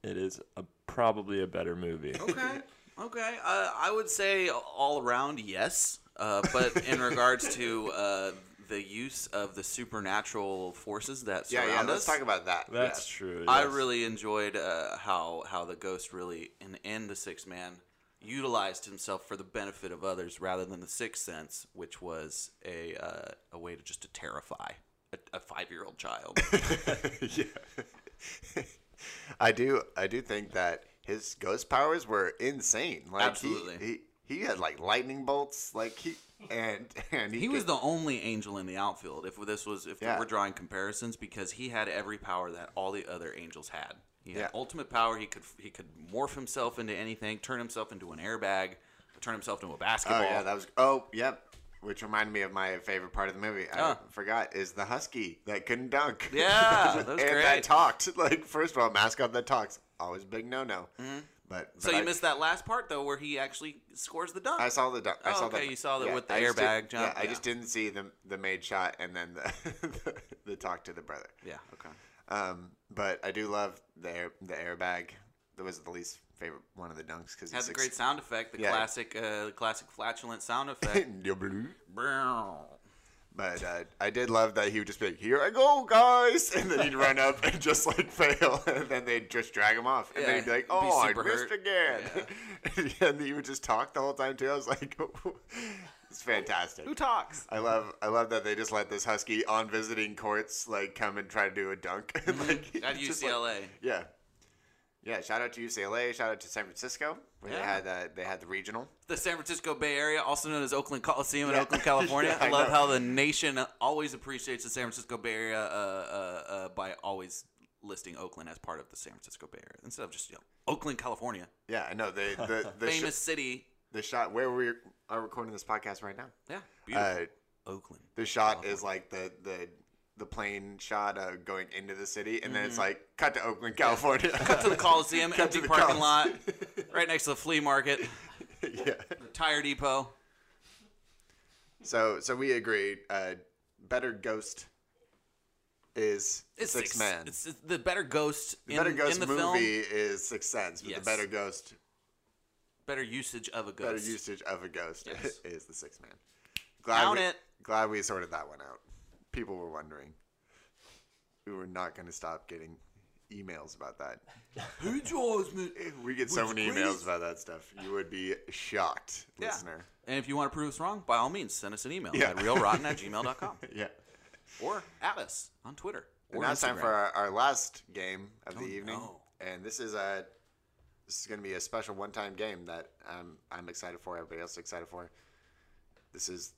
Speaker 3: it is a, probably a better movie.
Speaker 2: Okay. Okay. Uh, I would say all around yes, uh, but in regards to uh, the use of the supernatural forces that
Speaker 1: yeah,
Speaker 2: surround
Speaker 1: yeah. Let's
Speaker 2: us,
Speaker 1: talk about that.
Speaker 3: That's
Speaker 1: Yeah.
Speaker 3: true.
Speaker 2: I
Speaker 3: yes.
Speaker 2: really enjoyed uh, how how the ghost really and and the sixth man utilized himself for the benefit of others rather than the sixth sense, which was a uh, a way to just to terrify a, a five year old child.
Speaker 1: I do. I do think that his ghost powers were insane. Like he-
Speaker 2: Absolutely.
Speaker 1: He, he, had like lightning bolts. Like he and and he,
Speaker 2: He was
Speaker 1: could-
Speaker 2: the only angel in the outfield. If this was, if
Speaker 1: Yeah.
Speaker 2: we're drawing comparisons, because he had every power that all the other angels had. He had
Speaker 1: Yeah.
Speaker 2: ultimate power. He could he could morph himself into anything, turn himself into an airbag, turn himself into a basketball.
Speaker 1: Oh yeah, that was. Oh yep. Which reminded me of my favorite part of the movie. I
Speaker 2: Ah.
Speaker 1: forgot is the husky that couldn't dunk.
Speaker 2: Yeah, that was
Speaker 1: and
Speaker 2: great.
Speaker 1: that talked. Like first of all, mascot that talks always a big no no. But,
Speaker 2: Mm-hmm. So
Speaker 1: but
Speaker 2: you
Speaker 1: I,
Speaker 2: missed that last part though, where he actually scores the dunk.
Speaker 1: I saw the. doc- I
Speaker 2: Oh,
Speaker 1: saw
Speaker 2: okay,
Speaker 1: the,
Speaker 2: you saw that with the
Speaker 1: I just
Speaker 2: airbag
Speaker 1: did-
Speaker 2: jump,
Speaker 1: Yeah, I
Speaker 2: yeah.
Speaker 1: just didn't see the the made shot and then the the, talk to the brother.
Speaker 2: Yeah. Okay.
Speaker 1: Um, but I do love the air, the airbag. That was the least favorite one of the dunks because
Speaker 2: Had
Speaker 1: it's
Speaker 2: the great sound effect, the
Speaker 1: Yeah.
Speaker 2: classic, uh, classic flatulent sound effect.
Speaker 1: But uh, I did love that he would just be like, "Here I go, guys," and then he'd run up and just like fail, and then they'd just drag him off, and
Speaker 2: Yeah,
Speaker 1: then he'd be like,
Speaker 2: be
Speaker 1: "Oh, I
Speaker 2: super
Speaker 1: missed
Speaker 2: hurt.
Speaker 1: again," and he would just talk the whole time too. I was like, "It's fantastic."
Speaker 2: Who talks?
Speaker 1: I love, I love that they just let this husky on visiting courts like come and try to do a dunk. like
Speaker 2: At
Speaker 1: it's just like-
Speaker 2: UCLA.
Speaker 1: yeah, yeah. Shout out to UCLA. Shout out to San Francisco. Where They
Speaker 2: Yeah.
Speaker 1: had uh, they had the regional.
Speaker 2: the San Francisco Bay Area, also known as Oakland Coliseum in
Speaker 1: Yeah.
Speaker 2: Oakland, California.
Speaker 1: Yeah, I
Speaker 2: I love
Speaker 1: know.
Speaker 2: how the nation always appreciates the San Francisco Bay Area uh, uh, uh, by always listing Oakland as part of the San Francisco Bay Area instead of just you know, Oakland, California,
Speaker 1: Yeah, I know the the, the, sh-
Speaker 2: famous city.
Speaker 1: the shot where we are recording this podcast right now.
Speaker 2: Yeah, beautiful.
Speaker 1: Uh,
Speaker 2: Oakland.
Speaker 1: the shot is like the the the plane shot uh, going into the city, and
Speaker 2: Mm-hmm.
Speaker 1: then it's like cut to Oakland, California.
Speaker 2: Cut to the Coliseum,
Speaker 1: Cut to
Speaker 2: empty
Speaker 1: the
Speaker 2: parking lot,
Speaker 1: Coliseum.
Speaker 2: right next to the flea market,
Speaker 1: yeah.
Speaker 2: the tire depot.
Speaker 1: So so we agree. Uh, better ghost is
Speaker 2: It's
Speaker 1: six, man.
Speaker 2: It's, it's the better ghost
Speaker 1: the
Speaker 2: in,
Speaker 1: better
Speaker 2: in
Speaker 1: ghost
Speaker 2: the
Speaker 1: movie
Speaker 2: film.
Speaker 1: is Six Sense, but
Speaker 2: Yes.
Speaker 1: the better ghost,
Speaker 2: Better usage of a ghost.
Speaker 1: better usage of a ghost
Speaker 2: Yes.
Speaker 1: is the six man. Glad
Speaker 2: Count
Speaker 1: we,
Speaker 2: it.
Speaker 1: Glad we sorted that one out. People were wondering. We were not going to stop getting emails about that.
Speaker 2: Who draws me?
Speaker 1: We get so
Speaker 2: Which
Speaker 1: many
Speaker 2: greatest-
Speaker 1: emails about that stuff. You would be shocked,
Speaker 2: Yeah.
Speaker 1: listener.
Speaker 2: And if you want to prove us wrong, by all means, send us an email
Speaker 1: Yeah.
Speaker 2: at realrotten at gmail.com
Speaker 1: Yeah.
Speaker 2: or at us on Twitter. Or
Speaker 1: And now it's time
Speaker 2: Instagram.
Speaker 1: for our, our last game of the evening,
Speaker 2: no.
Speaker 1: and this is a this is going to be a special one-time game that um, I'm excited for. Everybody else is excited for. This is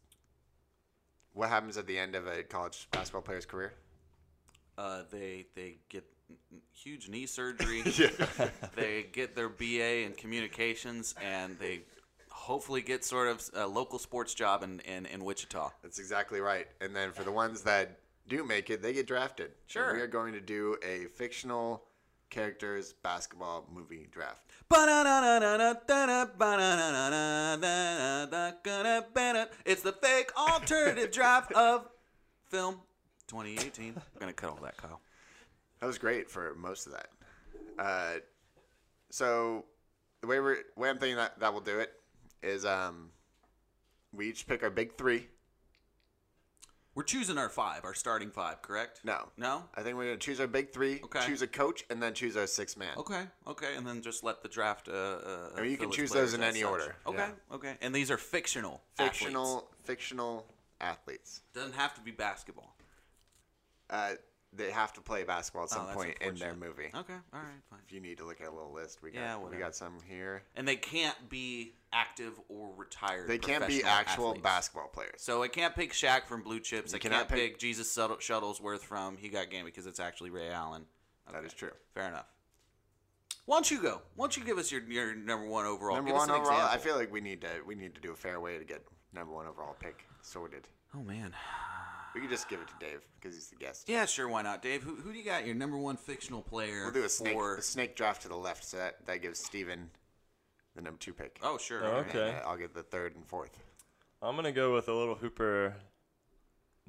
Speaker 1: what happens at the end of a college basketball player's career.
Speaker 2: Uh, they they get n- n- huge knee surgery. they get their BA in communications, and they hopefully get sort of a local sports job in, in, in Wichita.
Speaker 1: That's exactly right. And then for the ones that do make it, they get drafted. And
Speaker 2: Sure.
Speaker 1: we are going to do a fictional characters basketball movie draft.
Speaker 2: It's the fake alternative draft of film 2018. I'm gonna cut all that, Kyle.
Speaker 1: That was great for most of that. Uh, so the way we're way I'm thinking that that will do it is um, we each pick our big three.
Speaker 2: We're choosing our five, our starting five, correct?
Speaker 1: No,
Speaker 2: No?
Speaker 1: I think we're gonna choose our big three.
Speaker 2: Okay.
Speaker 1: Choose a coach and then choose our six man.
Speaker 2: Okay, okay, and then just let the draft. Uh, uh,
Speaker 1: I mean, you can
Speaker 2: fill its
Speaker 1: choose
Speaker 2: players
Speaker 1: those in
Speaker 2: as
Speaker 1: any
Speaker 2: such.
Speaker 1: order,
Speaker 2: Okay,
Speaker 1: yeah.
Speaker 2: okay, and these are fictional.
Speaker 1: Fictional
Speaker 2: athletes.
Speaker 1: fictional athletes.
Speaker 2: doesn't have to be basketball.
Speaker 1: Uh, they have to play basketball at
Speaker 2: Oh,
Speaker 1: some
Speaker 2: that's
Speaker 1: point in their movie.
Speaker 2: Okay, all right, fine.
Speaker 1: If you need to look at a little list, we got
Speaker 2: Yeah,
Speaker 1: we
Speaker 2: whatever.
Speaker 1: got some here.
Speaker 2: And they can't be active or retired.
Speaker 1: They can't be
Speaker 2: professional
Speaker 1: actual
Speaker 2: athletes.
Speaker 1: basketball players.
Speaker 2: So I can't pick Shaq from Blue Chips.
Speaker 1: You
Speaker 2: I
Speaker 1: cannot
Speaker 2: can't
Speaker 1: pick-
Speaker 2: pick, Jesus Shuttle- Shuttlesworth from He Got Game because it's actually Ray Allen.
Speaker 1: That is true.
Speaker 2: Fair enough. Why don't you go? Why don't you give us your, your number one overall?
Speaker 1: Number
Speaker 2: give us
Speaker 1: one
Speaker 2: an
Speaker 1: overall. I
Speaker 2: example.
Speaker 1: feel like we need to we need to do a fair way to get number one overall pick sorted.
Speaker 2: Oh man.
Speaker 1: We can just give it to Dave because he's the guest.
Speaker 2: Yeah, sure. Why not, Dave? Who, who do you got? Your number one fictional player?
Speaker 1: We'll do a snake,
Speaker 2: for-
Speaker 1: a snake draft to the left, so that, that gives Steven the number two pick.
Speaker 2: Oh, sure.
Speaker 3: Oh,
Speaker 2: all right.
Speaker 1: And,
Speaker 3: okay.
Speaker 1: uh, I'll get the third and fourth.
Speaker 3: I'm gonna go with a little hooper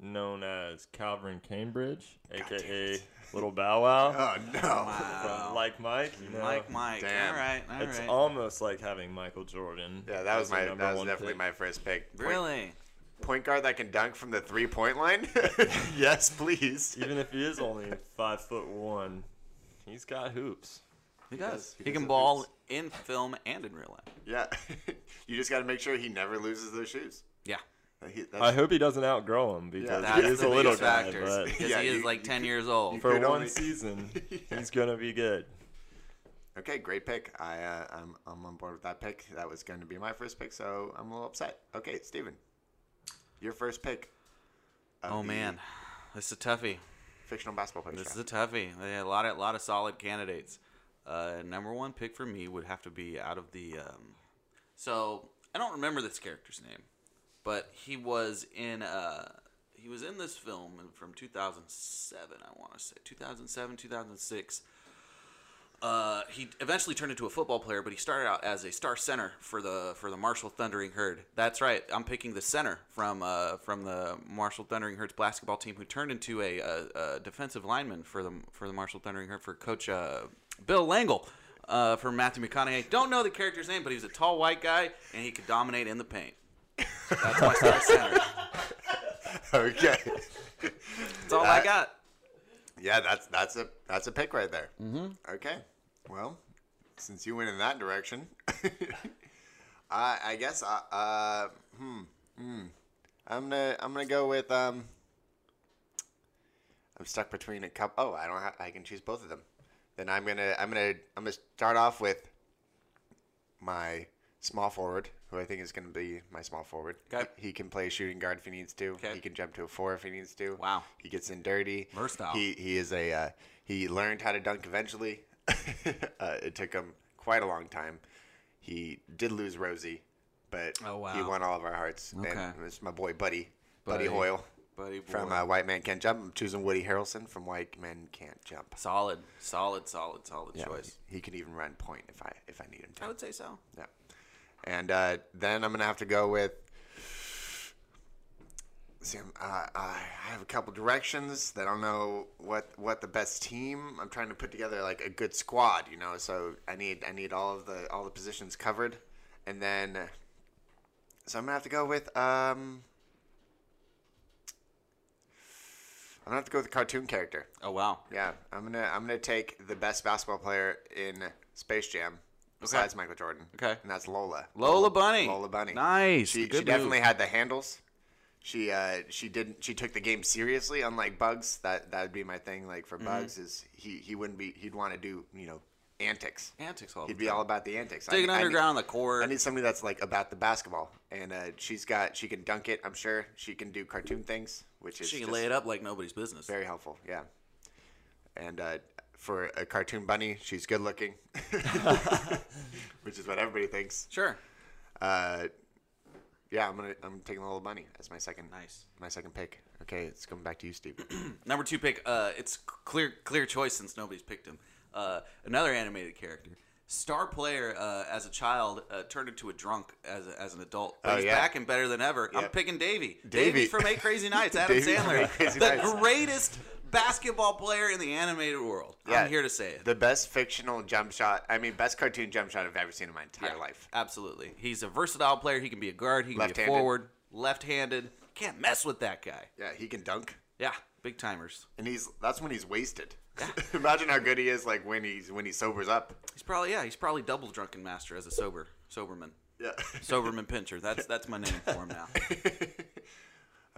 Speaker 3: known as Calvin Cambridge, aka Little Bow Wow.
Speaker 1: Oh no!
Speaker 3: From like Mike, you know,
Speaker 2: Mike, Mike.
Speaker 1: Damn.
Speaker 2: All right, all right.
Speaker 3: It's almost like having Michael Jordan.
Speaker 1: Yeah, that was
Speaker 3: as your
Speaker 1: my
Speaker 3: number
Speaker 1: that was
Speaker 3: one
Speaker 1: definitely
Speaker 3: pick.
Speaker 1: my first pick. Point,
Speaker 2: really?
Speaker 1: Point guard that can dunk from the three point line. yes, please.
Speaker 3: Even if he is only five foot one, he's got hoops.
Speaker 2: He
Speaker 1: does.
Speaker 2: does.
Speaker 1: He
Speaker 2: He,
Speaker 1: does
Speaker 2: can
Speaker 1: have
Speaker 2: ball
Speaker 1: hoops.
Speaker 2: in film and in real life.
Speaker 1: Yeah, you just got to make sure he never loses those shoes.
Speaker 2: Yeah.
Speaker 1: He- that's-
Speaker 3: I hope he doesn't outgrow him because
Speaker 1: Yeah,
Speaker 2: That's
Speaker 3: he is
Speaker 2: the
Speaker 3: a little
Speaker 2: biggest
Speaker 3: guy.
Speaker 2: factor,
Speaker 3: But
Speaker 2: because
Speaker 1: Yeah,
Speaker 2: he is
Speaker 1: you-
Speaker 2: like
Speaker 1: you
Speaker 2: 10 years old.
Speaker 3: for
Speaker 1: could
Speaker 3: one
Speaker 1: only-
Speaker 3: season, he's gonna be good.
Speaker 1: Okay, great pick. I uh, I'm I'm on board with that pick. That was going to be my first pick, so I'm a little upset. Okay, Steven. Your first pick. of
Speaker 2: Oh,
Speaker 1: the
Speaker 2: man. This is a toughie.
Speaker 1: fictional basketball player.
Speaker 2: This
Speaker 1: draft.
Speaker 2: is a toughie. They had a lot of, lot of solid candidates. Uh, number one pick for me would have to be out of the. Um, so I don't remember this character's name, but he was in. Uh, he was in this film from 2007. I want to say 2007, 2006. Uh, he eventually turned into a football player, but he started out as a star center for the for the Marshall Thundering Herd. That's right. I'm picking the center from uh, from the Marshall Thundering Herd's basketball team, who turned into a, uh a defensive lineman for the for the Marshall Thundering Herd for Coach uh, Bill Langle. Uh, from Matthew McConaughey. Don't know the character's name, but he was a tall white guy and he could dominate in the paint. That's my star center.
Speaker 1: Okay.
Speaker 2: That's all I got.
Speaker 1: yeah, that's that's a that's a pick right there. Mm-hmm. Okay. Well, since you went in that direction, I I guess I uh hmm, hmm I'm gonna I'm gonna go with um. I'm stuck between a couple. Oh, I don't. Have, I can choose both of them. Then I'm gonna I'm gonna I'm gonna start off with my small forward, who I think is gonna be my small forward.
Speaker 2: Okay.
Speaker 1: He, he can play shooting guard if he needs to.
Speaker 2: Okay.
Speaker 1: He can jump to a four if he needs to.
Speaker 2: Wow.
Speaker 1: He gets in dirty.
Speaker 2: Versatile.
Speaker 1: He he is a uh, he learned how to dunk eventually. uh, it took him quite a long time. He did lose Rosie, but
Speaker 2: Oh,
Speaker 1: he
Speaker 2: wow.
Speaker 1: won all of our hearts.
Speaker 2: Okay.
Speaker 1: And it's my boy Buddy. Buddy,
Speaker 2: Buddy.
Speaker 1: Hoyle
Speaker 2: Buddy boy.
Speaker 1: from uh, White Man Can't Jump. I'm choosing Woody Harrelson from White Men Can't Jump.
Speaker 2: solid, solid, solid, solid
Speaker 1: Yeah,
Speaker 2: choice.
Speaker 1: He, he could even run point if I if I need him to.
Speaker 2: I would say so.
Speaker 1: Yeah. And uh, then I'm gonna have to go with. See, I'm- uh, I have a couple directions that I don't know what what the best team. I'm trying to put together like a good squad, you know. So I need I need all of the all the positions covered, and then so I'm gonna have to go with um. I'm gonna have to go with the cartoon character.
Speaker 2: Oh wow.
Speaker 1: Yeah, I'm gonna I'm gonna take the best basketball player in Space Jam besides Michael Jordan.
Speaker 2: Okay.
Speaker 1: and that's Lola.
Speaker 2: Lola Bunny.
Speaker 1: Lola Bunny.
Speaker 2: Nice.
Speaker 1: She,
Speaker 2: Good
Speaker 1: she
Speaker 2: move.
Speaker 1: definitely had the handles. She uh she didn't she took the game seriously. Unlike Bugs, that that would be my thing. Like for
Speaker 2: Mm-hmm.
Speaker 1: Bugs, is he he wouldn't be he'd want to do you know antics.
Speaker 2: Antics all the
Speaker 1: He'd be
Speaker 2: time.
Speaker 1: all about the antics. I-
Speaker 2: Digging
Speaker 1: I need-
Speaker 2: underground on the court.
Speaker 1: I need somebody that's like about the basketball, and uh, she's got she can dunk it. I'm sure she can do cartoon things, which is
Speaker 2: she can
Speaker 1: just-
Speaker 2: lay it up like nobody's business.
Speaker 1: very helpful, yeah. And uh, for a cartoon bunny, she's good looking, which is what everybody thinks.
Speaker 2: Sure.
Speaker 1: Uh, yeah, I'm gonna I'm taking the little bunny as my second
Speaker 2: Nice.
Speaker 1: my second pick. Okay, it's coming back to you, Steve.
Speaker 2: Number two pick. Uh, it's clear clear choice since nobody's picked him. Uh, another animated character. Star player uh, as a child uh, turned into a drunk as, a, as an adult. But
Speaker 1: Oh,
Speaker 2: he's
Speaker 1: yeah.
Speaker 2: back and better than ever.
Speaker 1: Yeah.
Speaker 2: I'm picking Davy.
Speaker 1: Davey.
Speaker 2: Davy from Eight Crazy Nights. Adam
Speaker 1: Davey from
Speaker 2: Sandler,
Speaker 1: Eight Crazy
Speaker 2: the
Speaker 1: Nights.
Speaker 2: greatest basketball player in the animated world.
Speaker 1: Yeah.
Speaker 2: I'm here to say it.
Speaker 1: the best fictional jump shot. I mean, best cartoon jump shot I've ever seen in my entire
Speaker 2: Yeah,
Speaker 1: life.
Speaker 2: Absolutely. He's a versatile player. He can be a guard. He can
Speaker 1: Left-handed.
Speaker 2: be a forward. Left-handed. Can't mess with that guy.
Speaker 1: Yeah, he can dunk,
Speaker 2: Yeah, big timers.
Speaker 1: and he's that's when he's wasted. Imagine how good he is like when he's when he sobers up.
Speaker 2: He's probably yeah. He's probably double drunken master as a sober soberman.
Speaker 1: Yeah.
Speaker 2: Soberman pincher. That's that's my name for him now.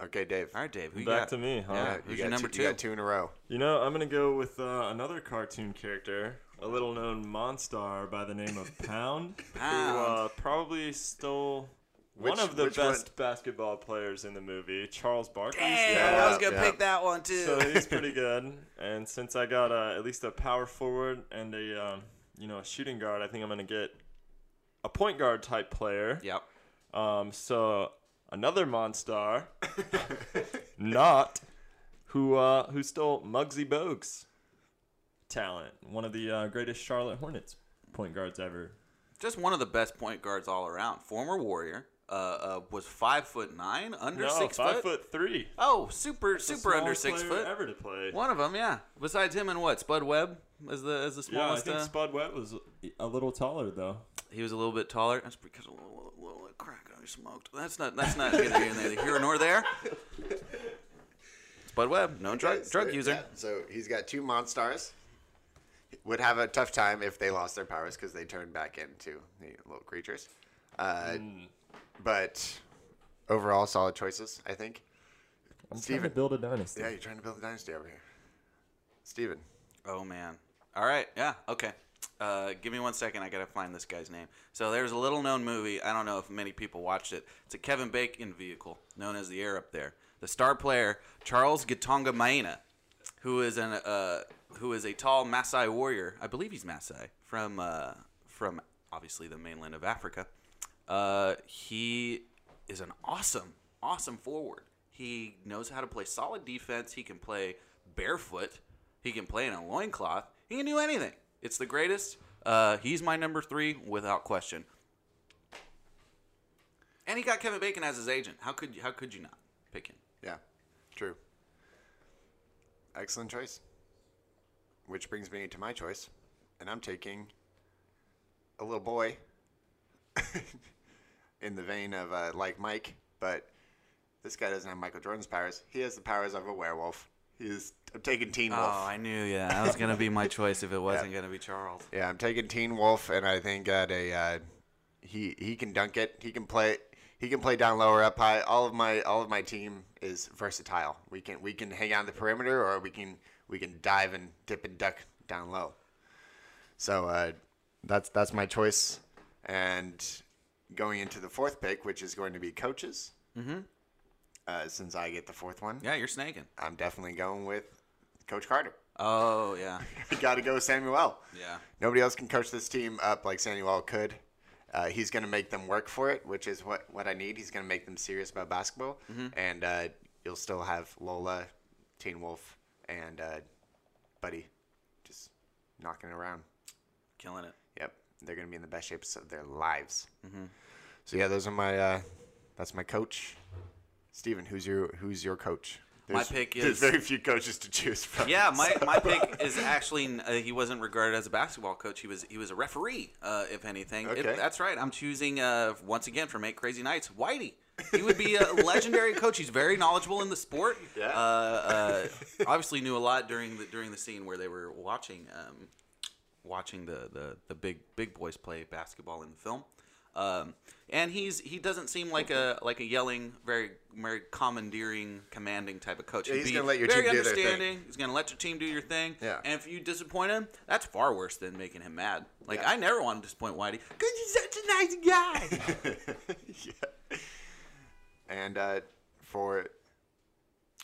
Speaker 1: Okay, Dave. Uh,
Speaker 2: All right, Dave. Who you
Speaker 3: Back
Speaker 2: got?
Speaker 3: to me, huh?
Speaker 2: Yeah.
Speaker 1: You
Speaker 2: Who's
Speaker 1: got
Speaker 2: your number
Speaker 1: You
Speaker 2: two?
Speaker 1: got two in a row.
Speaker 3: You know, I'm gonna go with uh, another cartoon character, a little-known monstar by the name of Pound, who uh, probably stole
Speaker 1: Which-
Speaker 3: one of the
Speaker 1: which one?
Speaker 3: best basketball players in the movie, Charles Barkley.
Speaker 2: Damn, I was gonna
Speaker 1: Yeah.
Speaker 2: pick that one too.
Speaker 3: So he's pretty good. And since I got uh, at least a power forward and a um, you know a shooting guard, I think I'm gonna get a point guard type player.
Speaker 2: yep.
Speaker 3: Um, so another monstar, not who uh, who stole Muggsy Bogues' talent, one of the uh, greatest Charlotte Hornets point guards ever.
Speaker 2: Just one of the best point guards all around. Former Warrior. Uh, uh was five foot nine, under
Speaker 3: No,
Speaker 2: six
Speaker 3: five foot, three.
Speaker 2: Oh, super,
Speaker 3: The
Speaker 2: super under
Speaker 3: smallest
Speaker 2: six
Speaker 3: player
Speaker 2: foot.
Speaker 3: ever to play.
Speaker 2: One of them, yeah. Besides him and what Spud Webb as the as the
Speaker 3: Yeah, I
Speaker 2: smallest.
Speaker 3: think
Speaker 2: uh,
Speaker 3: Spud Webb was a little taller though.
Speaker 2: he was a little bit taller. That's because of a little, little, little crack I smoked. That's not that's not neither here, neither here nor there. Spud Webb, known drug
Speaker 1: Okay, so-
Speaker 2: drug user.
Speaker 1: yeah, so he's got two monstars. Would have a tough time if they lost their powers because they turned back into the little creatures. Uh,
Speaker 2: Hmm.
Speaker 1: But overall, solid choices, I think.
Speaker 3: I'm
Speaker 1: Steven.
Speaker 3: trying to build a dynasty.
Speaker 1: Yeah, you're trying to build a dynasty over here. Steven.
Speaker 2: Oh man. All right. Yeah. Okay. Uh, give me one second. I gotta find this guy's name. So there's a little-known movie. I don't know if many people watched it. It's a Kevin Bacon vehicle known as the Air Up There. The star player Charles Gitonga Maina, who is an uh, who is a tall Maasai warrior. I believe he's Maasai from uh, from obviously the mainland of Africa. Uh, he is an awesome, awesome forward. He knows how to play solid defense. He can play barefoot. He can play in a loincloth. He can do anything. It's the greatest. Uh, he's my number three without question. And he got Kevin Bacon as his agent. How could you, how could you not pick him?
Speaker 1: Yeah, true. Excellent choice. Which brings me to my choice, and I'm taking a little boy in the vein of uh, like Mike, but this guy doesn't have Michael Jordan's powers. He has the powers of a werewolf. He's I'm taking Teen Wolf.
Speaker 2: Oh, I knew. Yeah, that was gonna be my choice if it wasn't gonna be Charles.
Speaker 1: Yeah, I'm taking Teen Wolf, and I think that a uh, he he can dunk it. He can play. He can play down lower, up high. All of my all of my team is versatile. We can we can hang out on the perimeter, or we can we can dive and dip and duck down low. So uh, that's that's my choice. And going into the fourth pick, which is going to be coaches. Mm-hmm. Uh, since I get the fourth one,
Speaker 2: Yeah, you're snaking.
Speaker 1: I'm definitely going with Coach Carter.
Speaker 2: Oh yeah,
Speaker 1: You got to go with Samuel.
Speaker 2: yeah.
Speaker 1: Nobody else can coach this team up like Samuel could. Uh, he's going to make them work for it, which is what, what I need. He's going to make them serious about basketball.
Speaker 2: Mm-hmm.
Speaker 1: And uh, you'll still have Lola, Teen Wolf, and uh, Buddy just knocking it around.
Speaker 2: Killing it.
Speaker 1: Yep. They're going to be in the best shapes of their lives.
Speaker 2: Mm-hmm.
Speaker 1: So, yeah, those are my, uh, that's my coach. Steven, who's your, who's your coach?
Speaker 2: My pick
Speaker 1: There's
Speaker 2: is-
Speaker 1: very few coaches to choose from.
Speaker 2: Yeah, my, my pick is actually uh, he wasn't regarded as a basketball coach. He was he was a referee, uh, if anything. If-
Speaker 1: Okay.
Speaker 2: that's right. I'm choosing uh, once again from Eight Crazy Nights, Whitey. He would be a legendary coach. He's very knowledgeable in the sport. Yeah. Uh, uh, obviously knew a lot during the during the scene where they were watching um, watching the, the the big big boys play basketball in the film. Um, and he's he doesn't seem like a like a yelling, very very commandeering, commanding type of coach.
Speaker 1: Yeah,
Speaker 2: He'd
Speaker 1: he's
Speaker 2: be
Speaker 1: gonna let your
Speaker 2: very
Speaker 1: team do their thing.
Speaker 2: understanding. He's gonna let your team do your thing.
Speaker 1: Yeah.
Speaker 2: And if you disappoint him, that's far worse than making him mad. Like
Speaker 1: Yeah.
Speaker 2: I never want to disappoint Whitey because he's such a nice guy.
Speaker 1: And uh, for fourth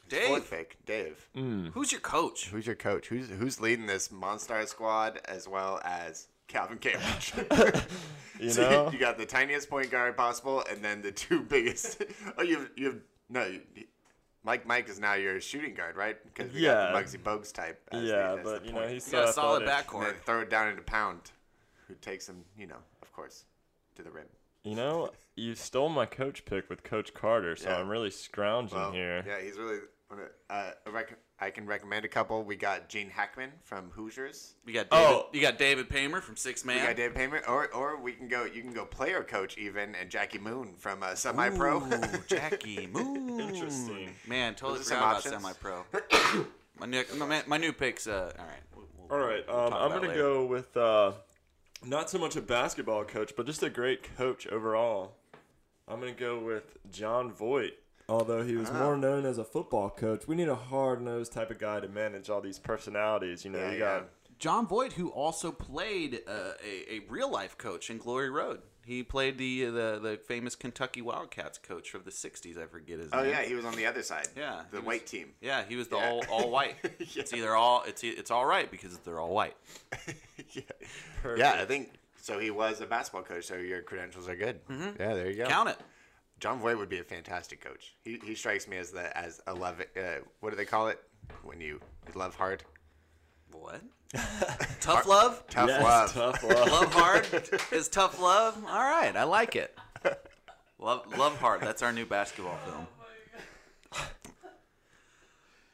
Speaker 2: Dave,
Speaker 1: pick, Dave.
Speaker 3: Mm.
Speaker 2: who's your coach?
Speaker 1: Who's your coach? Who's who's leading this Monstar squad as well as Calvin Cambridge?
Speaker 3: You
Speaker 1: So
Speaker 3: know,
Speaker 1: you got the tiniest point guard possible, and then the two biggest. Oh, you have, you have no. You, Mike Mike is now your shooting guard, right? Because we
Speaker 3: Yeah.
Speaker 1: got the Muggsy Bogues type. as the-
Speaker 3: yeah,
Speaker 1: as the
Speaker 3: but you know
Speaker 1: point.
Speaker 3: he's
Speaker 2: You
Speaker 3: so
Speaker 2: got a solid
Speaker 3: athletic.
Speaker 1: and
Speaker 2: backcourt.
Speaker 1: then throw it down into Pound, who takes him, you know, of course, to the rim.
Speaker 3: You know, you stole my coach pick with Coach Carter, so
Speaker 1: Yeah.
Speaker 3: I'm really scrounging
Speaker 1: Well,
Speaker 3: here.
Speaker 1: yeah, he's really. Uh, a rec- I can recommend a couple. We got Gene Hackman from Hoosiers.
Speaker 2: You got David,
Speaker 3: Oh.
Speaker 2: you got David Paymer from Six Man.
Speaker 1: We got Dave Payment, or or we can go. You can go player coach even, and Jackie Moon from uh, Semi Pro.
Speaker 2: Ooh, Jackie Moon.
Speaker 3: Interesting.
Speaker 2: Man, totally
Speaker 1: Those are some
Speaker 2: forgot about
Speaker 1: options.
Speaker 2: semi pro. my new my, man- my new picks. Uh, all right. We'll- we'll-
Speaker 3: All right,
Speaker 2: we'll
Speaker 3: um,
Speaker 2: talk
Speaker 3: I'm
Speaker 2: about
Speaker 3: gonna
Speaker 2: it later.
Speaker 3: go with uh, not so much a basketball coach, but just a great coach overall. I'm gonna go with John Voight. Although he
Speaker 1: Ah.
Speaker 3: was more known as a football coach, we need a hard-nosed type of guy to manage all these personalities. You know,
Speaker 1: Yeah, yeah.
Speaker 3: you got
Speaker 2: John Voight, who also played uh, a, a real life coach in Glory Road. He played the, uh, the the famous Kentucky Wildcats coach of the '60s. I forget his
Speaker 1: Oh
Speaker 2: name.
Speaker 1: yeah, he was on the other side.
Speaker 2: Yeah,
Speaker 1: the
Speaker 2: he was-
Speaker 1: white team.
Speaker 2: Yeah, he was the
Speaker 1: Yeah.
Speaker 2: all all white. It's either all it's e- it's all right because they're all white.
Speaker 1: Yeah, I think so. He was a basketball coach, so your credentials are good. Yeah, there you go.
Speaker 2: Mm-hmm. Count it.
Speaker 1: John Voight would be a fantastic coach. He, he strikes me as the as a love. Uh, what do they call it when you love hard?
Speaker 2: What? tough love.
Speaker 1: Tough
Speaker 3: Yes,
Speaker 1: love.
Speaker 3: tough love.
Speaker 2: Love hard is tough love. All right, I like it. Love love hard. That's our new basketball film.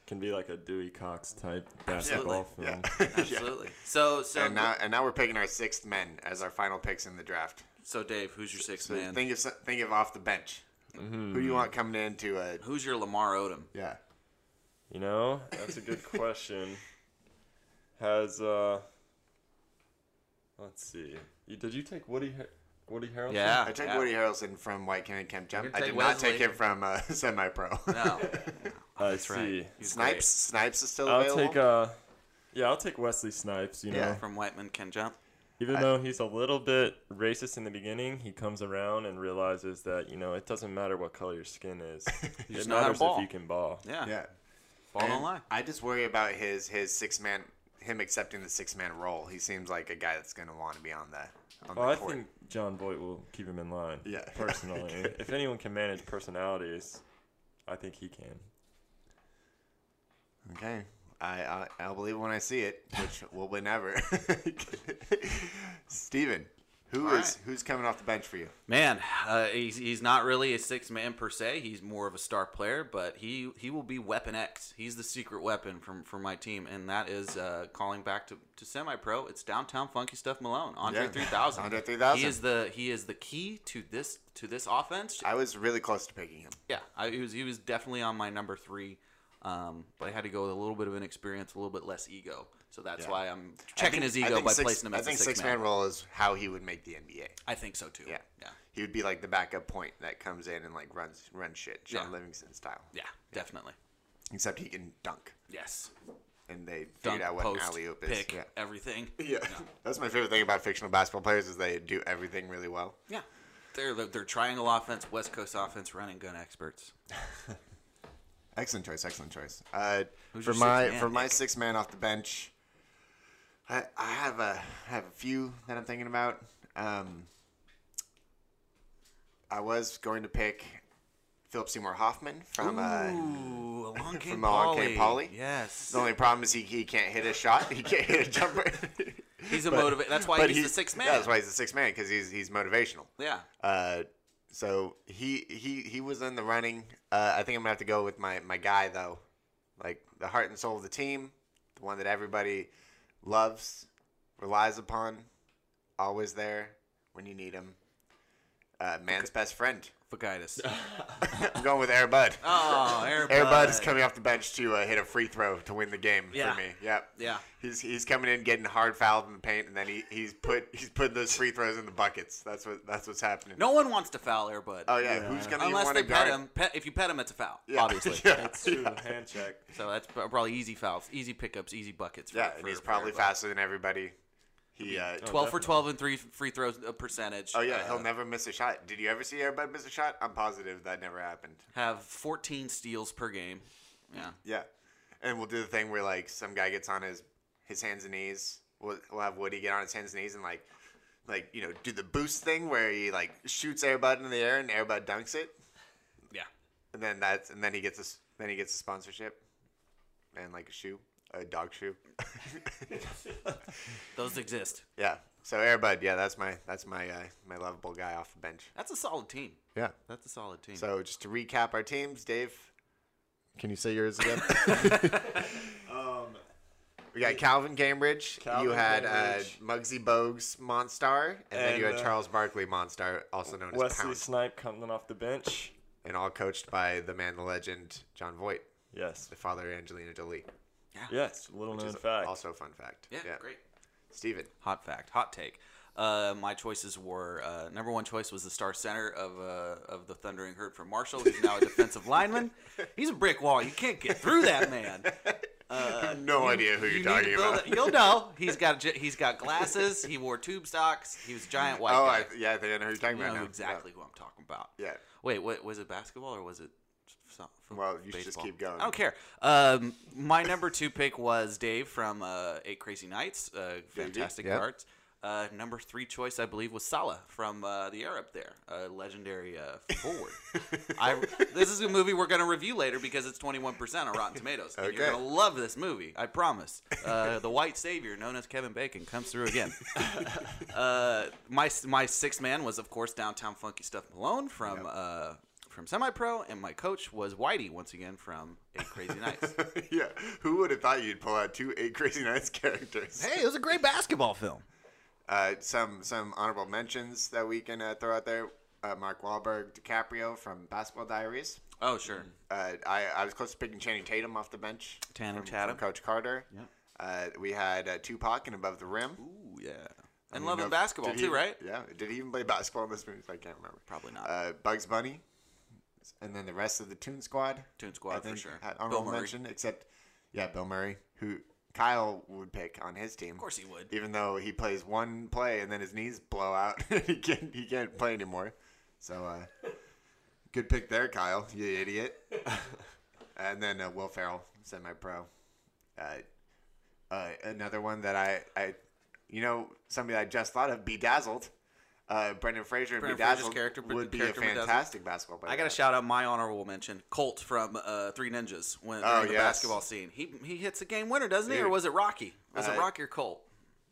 Speaker 3: Can be like a Dewey Cox type basketball
Speaker 1: Yeah.
Speaker 3: film.
Speaker 2: Absolutely. So so
Speaker 1: and now and now we're picking our sixth men as our final picks in the draft.
Speaker 2: so Dave, who's your sixth
Speaker 1: So
Speaker 2: man?
Speaker 1: think of some- think of off the bench. Who do you want coming in to? Uh,
Speaker 2: who's your Lamar Odom?
Speaker 1: yeah.
Speaker 3: You know, that's a good question. Has uh, let's see. You, did you take Woody Har- Woody Harrelson?
Speaker 2: Yeah.
Speaker 1: I took
Speaker 2: yeah.
Speaker 1: Woody Harrelson from White Can and Camp Jump.
Speaker 2: didn't
Speaker 1: I
Speaker 2: take
Speaker 1: did not take
Speaker 2: Wesley.
Speaker 1: him from uh, Semi Pro.
Speaker 2: No.
Speaker 3: I
Speaker 2: That's
Speaker 3: see.
Speaker 2: right. He's
Speaker 1: Snipes, Snipes is still
Speaker 3: I'll
Speaker 1: available.
Speaker 3: take uh, yeah, I'll take Wesley Snipes. You know,
Speaker 1: Yeah.
Speaker 2: great. From Whiteman Can Jump.
Speaker 3: even though he's a little bit racist in the beginning, he comes around and realizes that you know it doesn't matter what color your skin is. it
Speaker 2: just know how to
Speaker 3: matters
Speaker 2: ball.
Speaker 3: if you can ball.
Speaker 2: Yeah.
Speaker 1: Yeah.
Speaker 2: Ball don't
Speaker 1: And
Speaker 2: lie.
Speaker 1: I just worry about his his six man him accepting the six man role. He seems like a guy that's going to want to be on the on
Speaker 3: Well, I
Speaker 1: the court.
Speaker 3: think John Voight will keep him in line.
Speaker 1: Yeah.
Speaker 3: Personally, if anyone can manage personalities, I think he can.
Speaker 1: okay. I, I I'll believe it when I see it, which will be never. Steven, who is
Speaker 2: All right.
Speaker 1: who's coming off the bench for you?
Speaker 2: Man, uh, he's, he's not really a six man per se. He's more of a star player, but he, he will be Weapon X. He's the secret weapon from, from my team, and that is uh, calling back to, to semi pro. It's downtown funky stuff Malone, Andre
Speaker 1: Yeah.
Speaker 2: three thousand.
Speaker 1: Andre 3000.
Speaker 2: He is the he is the key to this to this offense.
Speaker 1: I was really close to picking him.
Speaker 2: Yeah, I, he was he was definitely on my number three, um, but I had to go with a little bit of inexperience, a little bit less ego. So that's
Speaker 1: Yeah.
Speaker 2: why I'm
Speaker 1: I
Speaker 2: checking
Speaker 1: think-
Speaker 2: his
Speaker 1: I
Speaker 2: ego
Speaker 1: think
Speaker 2: by
Speaker 1: six-
Speaker 2: placing him
Speaker 1: I
Speaker 2: as
Speaker 1: think
Speaker 2: a six man.
Speaker 1: role is how he would make the NBA.
Speaker 2: I think so too.
Speaker 1: Yeah.
Speaker 2: yeah,
Speaker 1: He would be like the backup point that comes in and like runs runs shit, John
Speaker 2: Yeah.
Speaker 1: Livingston style.
Speaker 2: yeah, definitely.
Speaker 1: Except he can dunk,
Speaker 2: Yes,
Speaker 1: and they figured
Speaker 2: dunk,
Speaker 1: out what an
Speaker 2: post,
Speaker 1: alley oop is.
Speaker 2: pick,
Speaker 1: Yeah.
Speaker 2: everything.
Speaker 1: Yeah. That's my favorite thing about fictional basketball players is they do everything really well.
Speaker 2: Yeah, they're the- they're triangle offense, West Coast offense, running gun experts.
Speaker 1: Excellent choice. Excellent choice. Uh,
Speaker 2: Who's
Speaker 1: for
Speaker 2: your
Speaker 1: my
Speaker 2: sixth man,
Speaker 1: for my
Speaker 2: Nick?
Speaker 1: six man off the bench, I, I have a I have a few that I'm thinking about. Um, I was going to pick Philip Seymour Hoffman from. Uh,
Speaker 2: Ooh, along came
Speaker 1: from Along Came Polly.
Speaker 2: Yes,
Speaker 1: the only problem is he, he can't hit a shot. He can't hit a jumper.
Speaker 2: he's a
Speaker 1: But-
Speaker 2: motivator. That's why
Speaker 1: but
Speaker 2: he's
Speaker 1: he-
Speaker 2: the sixth man.
Speaker 1: yeah, That's why he's the sixth man because he's he's motivational.
Speaker 2: Yeah.
Speaker 1: Uh, so he he he was in the running. Uh, I think I'm gonna have to go with my my guy though, like the heart and soul of the team, the one that everybody loves, relies upon, always there when you need him. Uh, man's best friend.
Speaker 2: Fakaitis.
Speaker 1: I'm going with Air Bud.
Speaker 2: Oh, Air
Speaker 1: Air Bud is
Speaker 2: Bud.
Speaker 1: coming off the bench to uh, hit a free throw to win the game
Speaker 2: Yeah.
Speaker 1: for me. Yep.
Speaker 2: Yeah.
Speaker 1: He's he's coming in getting hard fouled in the paint, and then he, he's put he's putting those free throws in the buckets. That's what that's what's happening.
Speaker 2: No one wants to foul Air Bud.
Speaker 1: Oh yeah, who's gonna
Speaker 2: Unless
Speaker 1: want
Speaker 2: they
Speaker 1: to
Speaker 2: pet
Speaker 1: guard?
Speaker 2: him. Pet, if you pet him, it's a foul,
Speaker 1: Yeah.
Speaker 2: obviously.
Speaker 1: yeah.
Speaker 3: That's true. Hand check.
Speaker 2: So that's pro- probably easy fouls, easy pickups, easy buckets. For,
Speaker 1: Yeah,
Speaker 2: for,
Speaker 1: and he's
Speaker 2: for
Speaker 1: probably
Speaker 2: Airbuds.
Speaker 1: faster than everybody. He uh,
Speaker 2: Twelve for twelve and three free throws uh, percentage.
Speaker 1: oh yeah,
Speaker 2: Uh,
Speaker 1: he'll never miss a shot. Did you ever see Airbud miss a shot? I'm positive that never happened.
Speaker 2: have fourteen steals per game. Yeah,
Speaker 1: Yeah, and we'll do the thing where like some guy gets on his his hands and knees. We'll, we'll have Woody get on his hands and knees and like like you know do the boost thing where he like shoots Airbud in the air and Airbud dunks it,
Speaker 2: yeah.
Speaker 1: and then that's and then he gets a s- then he gets a sponsorship and like a shoe, a dog shoe.
Speaker 2: Those exist.
Speaker 1: yeah. So Airbud, yeah, that's my that's my uh, my lovable guy off the bench.
Speaker 2: That's a solid team.
Speaker 1: Yeah.
Speaker 2: That's a solid team.
Speaker 1: So just to recap our teams, Dave. Can you say yours again? we got Calvin Cambridge. you
Speaker 3: Um, Calvin
Speaker 1: had
Speaker 3: Cambridge.
Speaker 1: Uh, Muggsy Bogues Monstar, and, then you
Speaker 3: And,
Speaker 1: had
Speaker 3: uh,
Speaker 1: Charles Barkley Monstar, also known as
Speaker 3: Wesley
Speaker 1: Pound,
Speaker 3: Snipe coming off the bench.
Speaker 1: and all coached by the man, the legend, John Voight,
Speaker 3: Yes.
Speaker 1: the father of Angelina Jolie.
Speaker 3: Yes. Little known
Speaker 1: Which is
Speaker 3: fact.
Speaker 1: also a fun fact.
Speaker 2: yeah, great.
Speaker 1: Steven.
Speaker 2: Hot fact, hot take. Uh, my choices were uh, number one choice was the star center of uh, of the Thundering Herd from Marshall, who's now a defensive lineman. He's a brick wall. You can't get through that man. Uh,
Speaker 1: I have no idea who you're
Speaker 2: You need to
Speaker 1: talking
Speaker 2: build
Speaker 1: about.
Speaker 2: it- You'll know. He's got j- he's got glasses. He wore tube socks. He was a giant white
Speaker 1: oh,
Speaker 2: guy.
Speaker 1: I, yeah, I think I know who you're talking
Speaker 2: you
Speaker 1: about
Speaker 2: know
Speaker 1: now.
Speaker 2: exactly who I'm talking about.
Speaker 1: Yeah.
Speaker 2: Wait, what was it? Basketball or was it? so- f-
Speaker 1: Well, you should just keep going.
Speaker 2: I don't care. Um, my number two pick was Dave from uh, Eight Crazy Nights. Uh, fantastic
Speaker 1: yeah.
Speaker 2: cards. Uh, number three choice, I believe, was Salah from uh, the Arab. There, uh, legendary uh, forward. I, this is a movie we're going to review later because it's 21 percent on Rotten Tomatoes. And You're
Speaker 1: Okay.
Speaker 2: going to love this movie, I promise. Uh, the white savior known as Kevin Bacon comes through again. uh, my my sixth man was of course downtown funky stuff Malone from uh, from semi pro, and my coach was Whitey once again from Eight Crazy Nights.
Speaker 1: yeah. Who would have thought you'd pull out two eight Crazy Nights characters?
Speaker 2: hey, it was a great basketball film.
Speaker 1: Uh, some some honorable mentions that we can uh, throw out there: uh, Mark Wahlberg, DiCaprio from Basketball Diaries.
Speaker 2: Oh sure,
Speaker 1: Uh, I, I was close to picking Channing Tatum off the bench.
Speaker 2: Tanner
Speaker 1: from- from
Speaker 2: Tatum.
Speaker 1: Coach Carter. Uh, we had uh, Tupac and Above the Rim.
Speaker 2: Ooh yeah,
Speaker 1: I
Speaker 2: and
Speaker 1: mean,
Speaker 2: love
Speaker 1: no-
Speaker 2: and basketball
Speaker 1: did
Speaker 2: too,
Speaker 1: he-
Speaker 2: right?
Speaker 1: Yeah. Did he even play basketball in this movie? I can't remember.
Speaker 2: Probably not.
Speaker 1: Uh, Bugs Bunny, and then the rest of the Toon Squad.
Speaker 2: Toon Squad,
Speaker 1: I
Speaker 2: for
Speaker 1: think
Speaker 2: sure.
Speaker 1: Had
Speaker 2: Bill
Speaker 1: honorable
Speaker 2: Murray.
Speaker 1: mention, except yeah, Bill Murray, who Kyle would pick on his team. Of
Speaker 2: course he would.
Speaker 1: Even though he plays one play and then his knees blow out, he can't he can't play anymore. So uh, good pick there, Kyle. You idiot. and then uh, Will Ferrell, semi-pro. Uh, uh, another one that I, I, you know, somebody I just thought of, Bedazzled. uh, Brendan Fraser and
Speaker 2: Brendan
Speaker 1: Bedazzled
Speaker 2: Fraser's character,
Speaker 1: would be
Speaker 2: character
Speaker 1: a
Speaker 2: Bedazzled.
Speaker 1: fantastic basketball player.
Speaker 2: I got to shout out my honorable mention, Colt from uh, Three Ninjas when
Speaker 1: Oh,
Speaker 2: during the
Speaker 1: yes.
Speaker 2: basketball scene. He he hits a game winner, doesn't he? Or
Speaker 1: Dude.
Speaker 2: was it Rocky? Was
Speaker 1: Uh,
Speaker 2: it Rocky or Colt?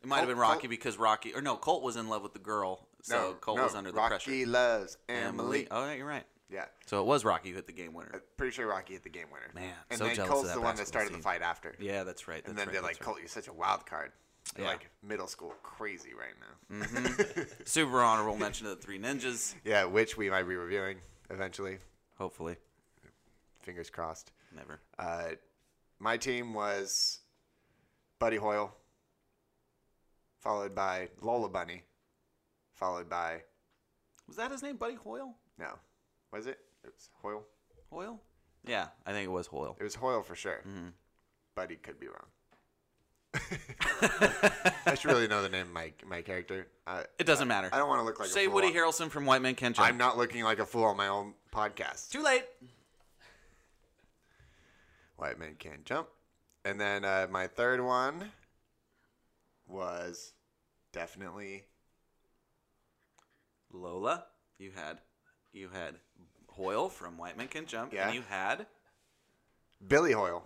Speaker 2: It might have
Speaker 1: Colt-
Speaker 2: been Rocky
Speaker 1: Colt-
Speaker 2: because Rocky or no, Colt was in love with the girl, so Colt was under the
Speaker 1: Rocky
Speaker 2: pressure.
Speaker 1: loves
Speaker 2: And
Speaker 1: Emily.
Speaker 2: Malik- Oh, yeah, you're right.
Speaker 1: Yeah,
Speaker 2: So it was Rocky who hit the game winner.
Speaker 1: pretty sure Rocky hit the game winner.
Speaker 2: Man,
Speaker 1: and
Speaker 2: so
Speaker 1: then
Speaker 2: jealous of
Speaker 1: Colt's
Speaker 2: that
Speaker 1: the one that
Speaker 2: basketball
Speaker 1: started
Speaker 2: scene.
Speaker 1: the fight after.
Speaker 2: Yeah, that's right. That's
Speaker 1: and then
Speaker 2: right,
Speaker 1: they're like,
Speaker 2: that's right.
Speaker 1: Colt, you're such a wild card. They're
Speaker 2: Yeah.
Speaker 1: like middle school crazy right now.
Speaker 2: super honorable mention of the Three Ninjas.
Speaker 1: Yeah, which we might be reviewing eventually.
Speaker 2: Hopefully,
Speaker 1: Fingers crossed.
Speaker 2: never.
Speaker 1: Uh, my team was Buddy Hoyle, followed by Lola Bunny, followed by
Speaker 2: Was that his name, Buddy Hoyle?
Speaker 1: no, was it? It was Hoyle.
Speaker 2: Hoyle? Yeah, I think it was Hoyle.
Speaker 1: It was Hoyle for sure.
Speaker 2: Mm-hmm.
Speaker 1: Buddy could be wrong. I should really know the name of my my character. I,
Speaker 2: It doesn't matter.
Speaker 1: I don't want to look like a
Speaker 2: Say
Speaker 1: fool
Speaker 2: Woody
Speaker 1: on-
Speaker 2: Harrelson from White Man Can't Jump.
Speaker 1: I'm not looking like a fool on my own podcast.
Speaker 2: too late.
Speaker 1: White men can't jump. And then uh, my third one was definitely
Speaker 2: Lola, you had, you had Hoyle from White Man Can Jump,
Speaker 1: Yeah.
Speaker 2: and you had,
Speaker 1: Billy Hoyle.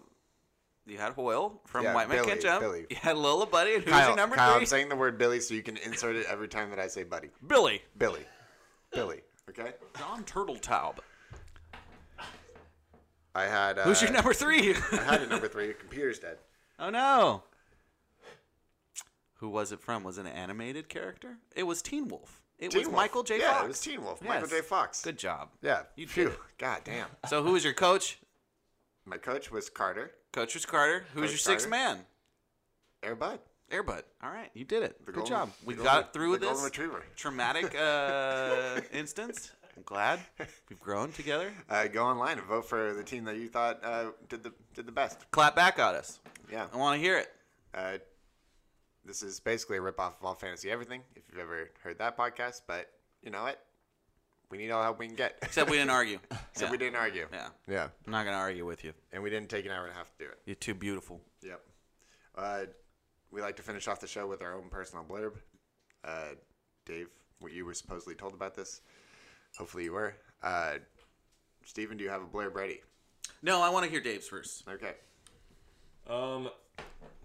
Speaker 2: you had Hoyle from
Speaker 1: Yeah,
Speaker 2: White Man
Speaker 1: Billy,
Speaker 2: Can Jump.
Speaker 1: Billy.
Speaker 2: You had Lola Buddy, and who's
Speaker 1: Kyle,
Speaker 2: your number
Speaker 1: Kyle, I'm
Speaker 2: three?
Speaker 1: saying the word Billy so you can insert it every time that I say buddy.
Speaker 2: Billy,
Speaker 1: Billy. Billy. Okay?
Speaker 2: John Turtletaub.
Speaker 1: I had. Uh,
Speaker 2: Who's your number three?
Speaker 1: I had a number three. Your computer's dead.
Speaker 2: oh no. Who was it from? Was it an animated character? It was Teen Wolf. It
Speaker 1: Teen
Speaker 2: was
Speaker 1: Wolf.
Speaker 2: Michael J.
Speaker 1: Yeah,
Speaker 2: Fox.
Speaker 1: it was Teen Wolf. Michael J.
Speaker 2: Yes.
Speaker 1: Fox.
Speaker 2: Good job.
Speaker 1: Yeah.
Speaker 2: You did
Speaker 1: Phew.
Speaker 2: it.
Speaker 1: God damn.
Speaker 2: So who was your coach?
Speaker 1: My coach was Carter
Speaker 2: Coach was Carter. Who was
Speaker 1: Coach
Speaker 2: your sixth
Speaker 1: Carter.
Speaker 2: man?
Speaker 1: Airbud.
Speaker 2: Airbud. All right, you did it. Good
Speaker 1: golden-
Speaker 2: job.
Speaker 1: the
Speaker 2: We
Speaker 1: golden-
Speaker 2: got through
Speaker 1: the
Speaker 2: this
Speaker 1: golden retriever.
Speaker 2: traumatic uh, instance. I'm glad we've grown together.
Speaker 1: Uh, go online and vote for the team that you thought uh, did the did the best.
Speaker 2: Clap back at us.
Speaker 1: Yeah.
Speaker 2: I want to hear it.
Speaker 1: Uh, this is basically a ripoff of All Fantasy Everything, if you've ever heard that podcast. But you know what? We need all the help we can get.
Speaker 2: Except we didn't argue.
Speaker 1: Except
Speaker 2: Yeah.
Speaker 1: we didn't argue.
Speaker 2: Yeah.
Speaker 1: Yeah.
Speaker 2: I'm not gonna argue with you.
Speaker 1: And we didn't take an hour and a half to do it.
Speaker 2: You're too beautiful.
Speaker 1: Yep. Uh, we like to finish off the show with our own personal blurb. Uh, Dave, what you were supposedly told about this. Hopefully you were. Uh, Steven, do you have a blurb ready?
Speaker 2: No, I want to hear Dave's first.
Speaker 1: Okay.
Speaker 3: Um,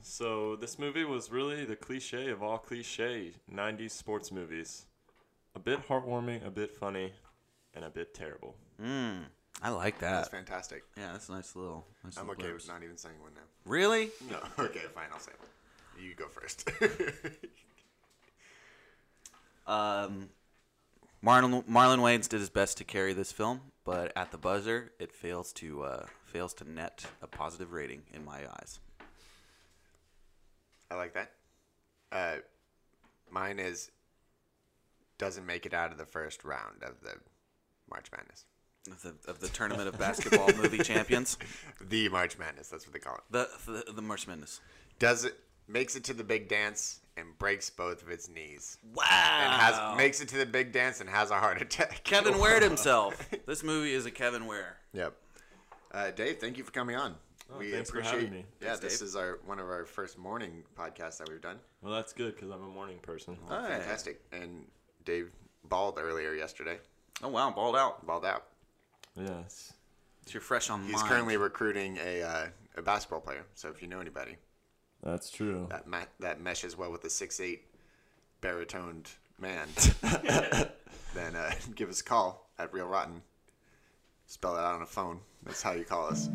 Speaker 3: so this movie was really the cliche of all cliche '90s sports movies. A bit heartwarming, a bit funny, and a bit terrible.
Speaker 2: I like
Speaker 1: That's
Speaker 2: that.
Speaker 1: fantastic.
Speaker 2: Yeah, that's a nice little. Nice
Speaker 1: I'm
Speaker 2: little
Speaker 1: okay
Speaker 2: Uh, blurbs.
Speaker 1: with not even saying one now.
Speaker 2: Really?
Speaker 1: No. Okay, fine. I'll say one. You go first.
Speaker 2: Um, Marlon Marlon Wayans did his best to carry this film, but at the buzzer, it fails to uh, fails to net a positive rating in my eyes.
Speaker 1: I like that. Uh, mine is doesn't make it out of the first round of the March Madness.
Speaker 2: Of the, of the tournament of basketball movie champions,
Speaker 1: The March Madness, that's what they call it.
Speaker 2: the the, the March Madness.
Speaker 1: Does it makes it to the big dance and breaks both of its knees.
Speaker 2: Wow!
Speaker 1: And has makes it to the big dance and has a heart attack.
Speaker 2: Kevin Ware himself. This movie is a Kevin Ware.
Speaker 1: Yep. Uh, Dave, thank you for coming on.
Speaker 3: Oh, thanks for having me.
Speaker 1: Yeah,
Speaker 2: Thanks,
Speaker 1: this
Speaker 2: Dave.
Speaker 1: is our one of our first morning podcasts that we've done.
Speaker 3: Well, that's good because I'm a morning person.
Speaker 1: Fantastic. And Dave balled earlier yesterday.
Speaker 2: Oh wow, balled out.
Speaker 1: Balled out.
Speaker 3: Yes.
Speaker 2: You're fresh on
Speaker 1: He's currently recruiting a uh, a basketball player. So if you know anybody
Speaker 3: That's true.
Speaker 1: that ma- that meshes well with a six eight baritone man, then uh, give us a call at Real Rotten. Spell it out on a phone. That's how you call us.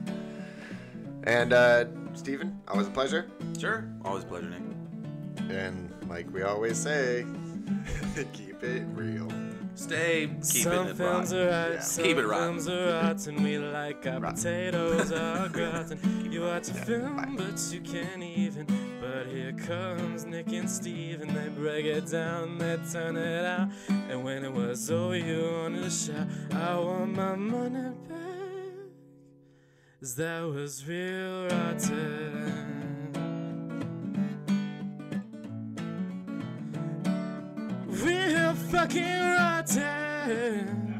Speaker 1: And uh, Stephen, always a pleasure.
Speaker 2: Sure. Always a pleasure, Nick.
Speaker 1: And like we always say, keep it real.
Speaker 2: Stay keeping
Speaker 8: some
Speaker 2: it
Speaker 8: films
Speaker 2: rotten.
Speaker 8: are right,
Speaker 1: Yeah.
Speaker 8: some
Speaker 2: Keep it rotten.
Speaker 8: films are rotten. We like our
Speaker 1: Rotten.
Speaker 8: potatoes are rotten. You watch a
Speaker 1: bye.
Speaker 8: film, but you can't even. But here comes Nick and Steve, and they break it down, they turn it out. And when it was over, you wanted to shout, "I want my money back." 'Cause That was real rotten. Real fucking rotten.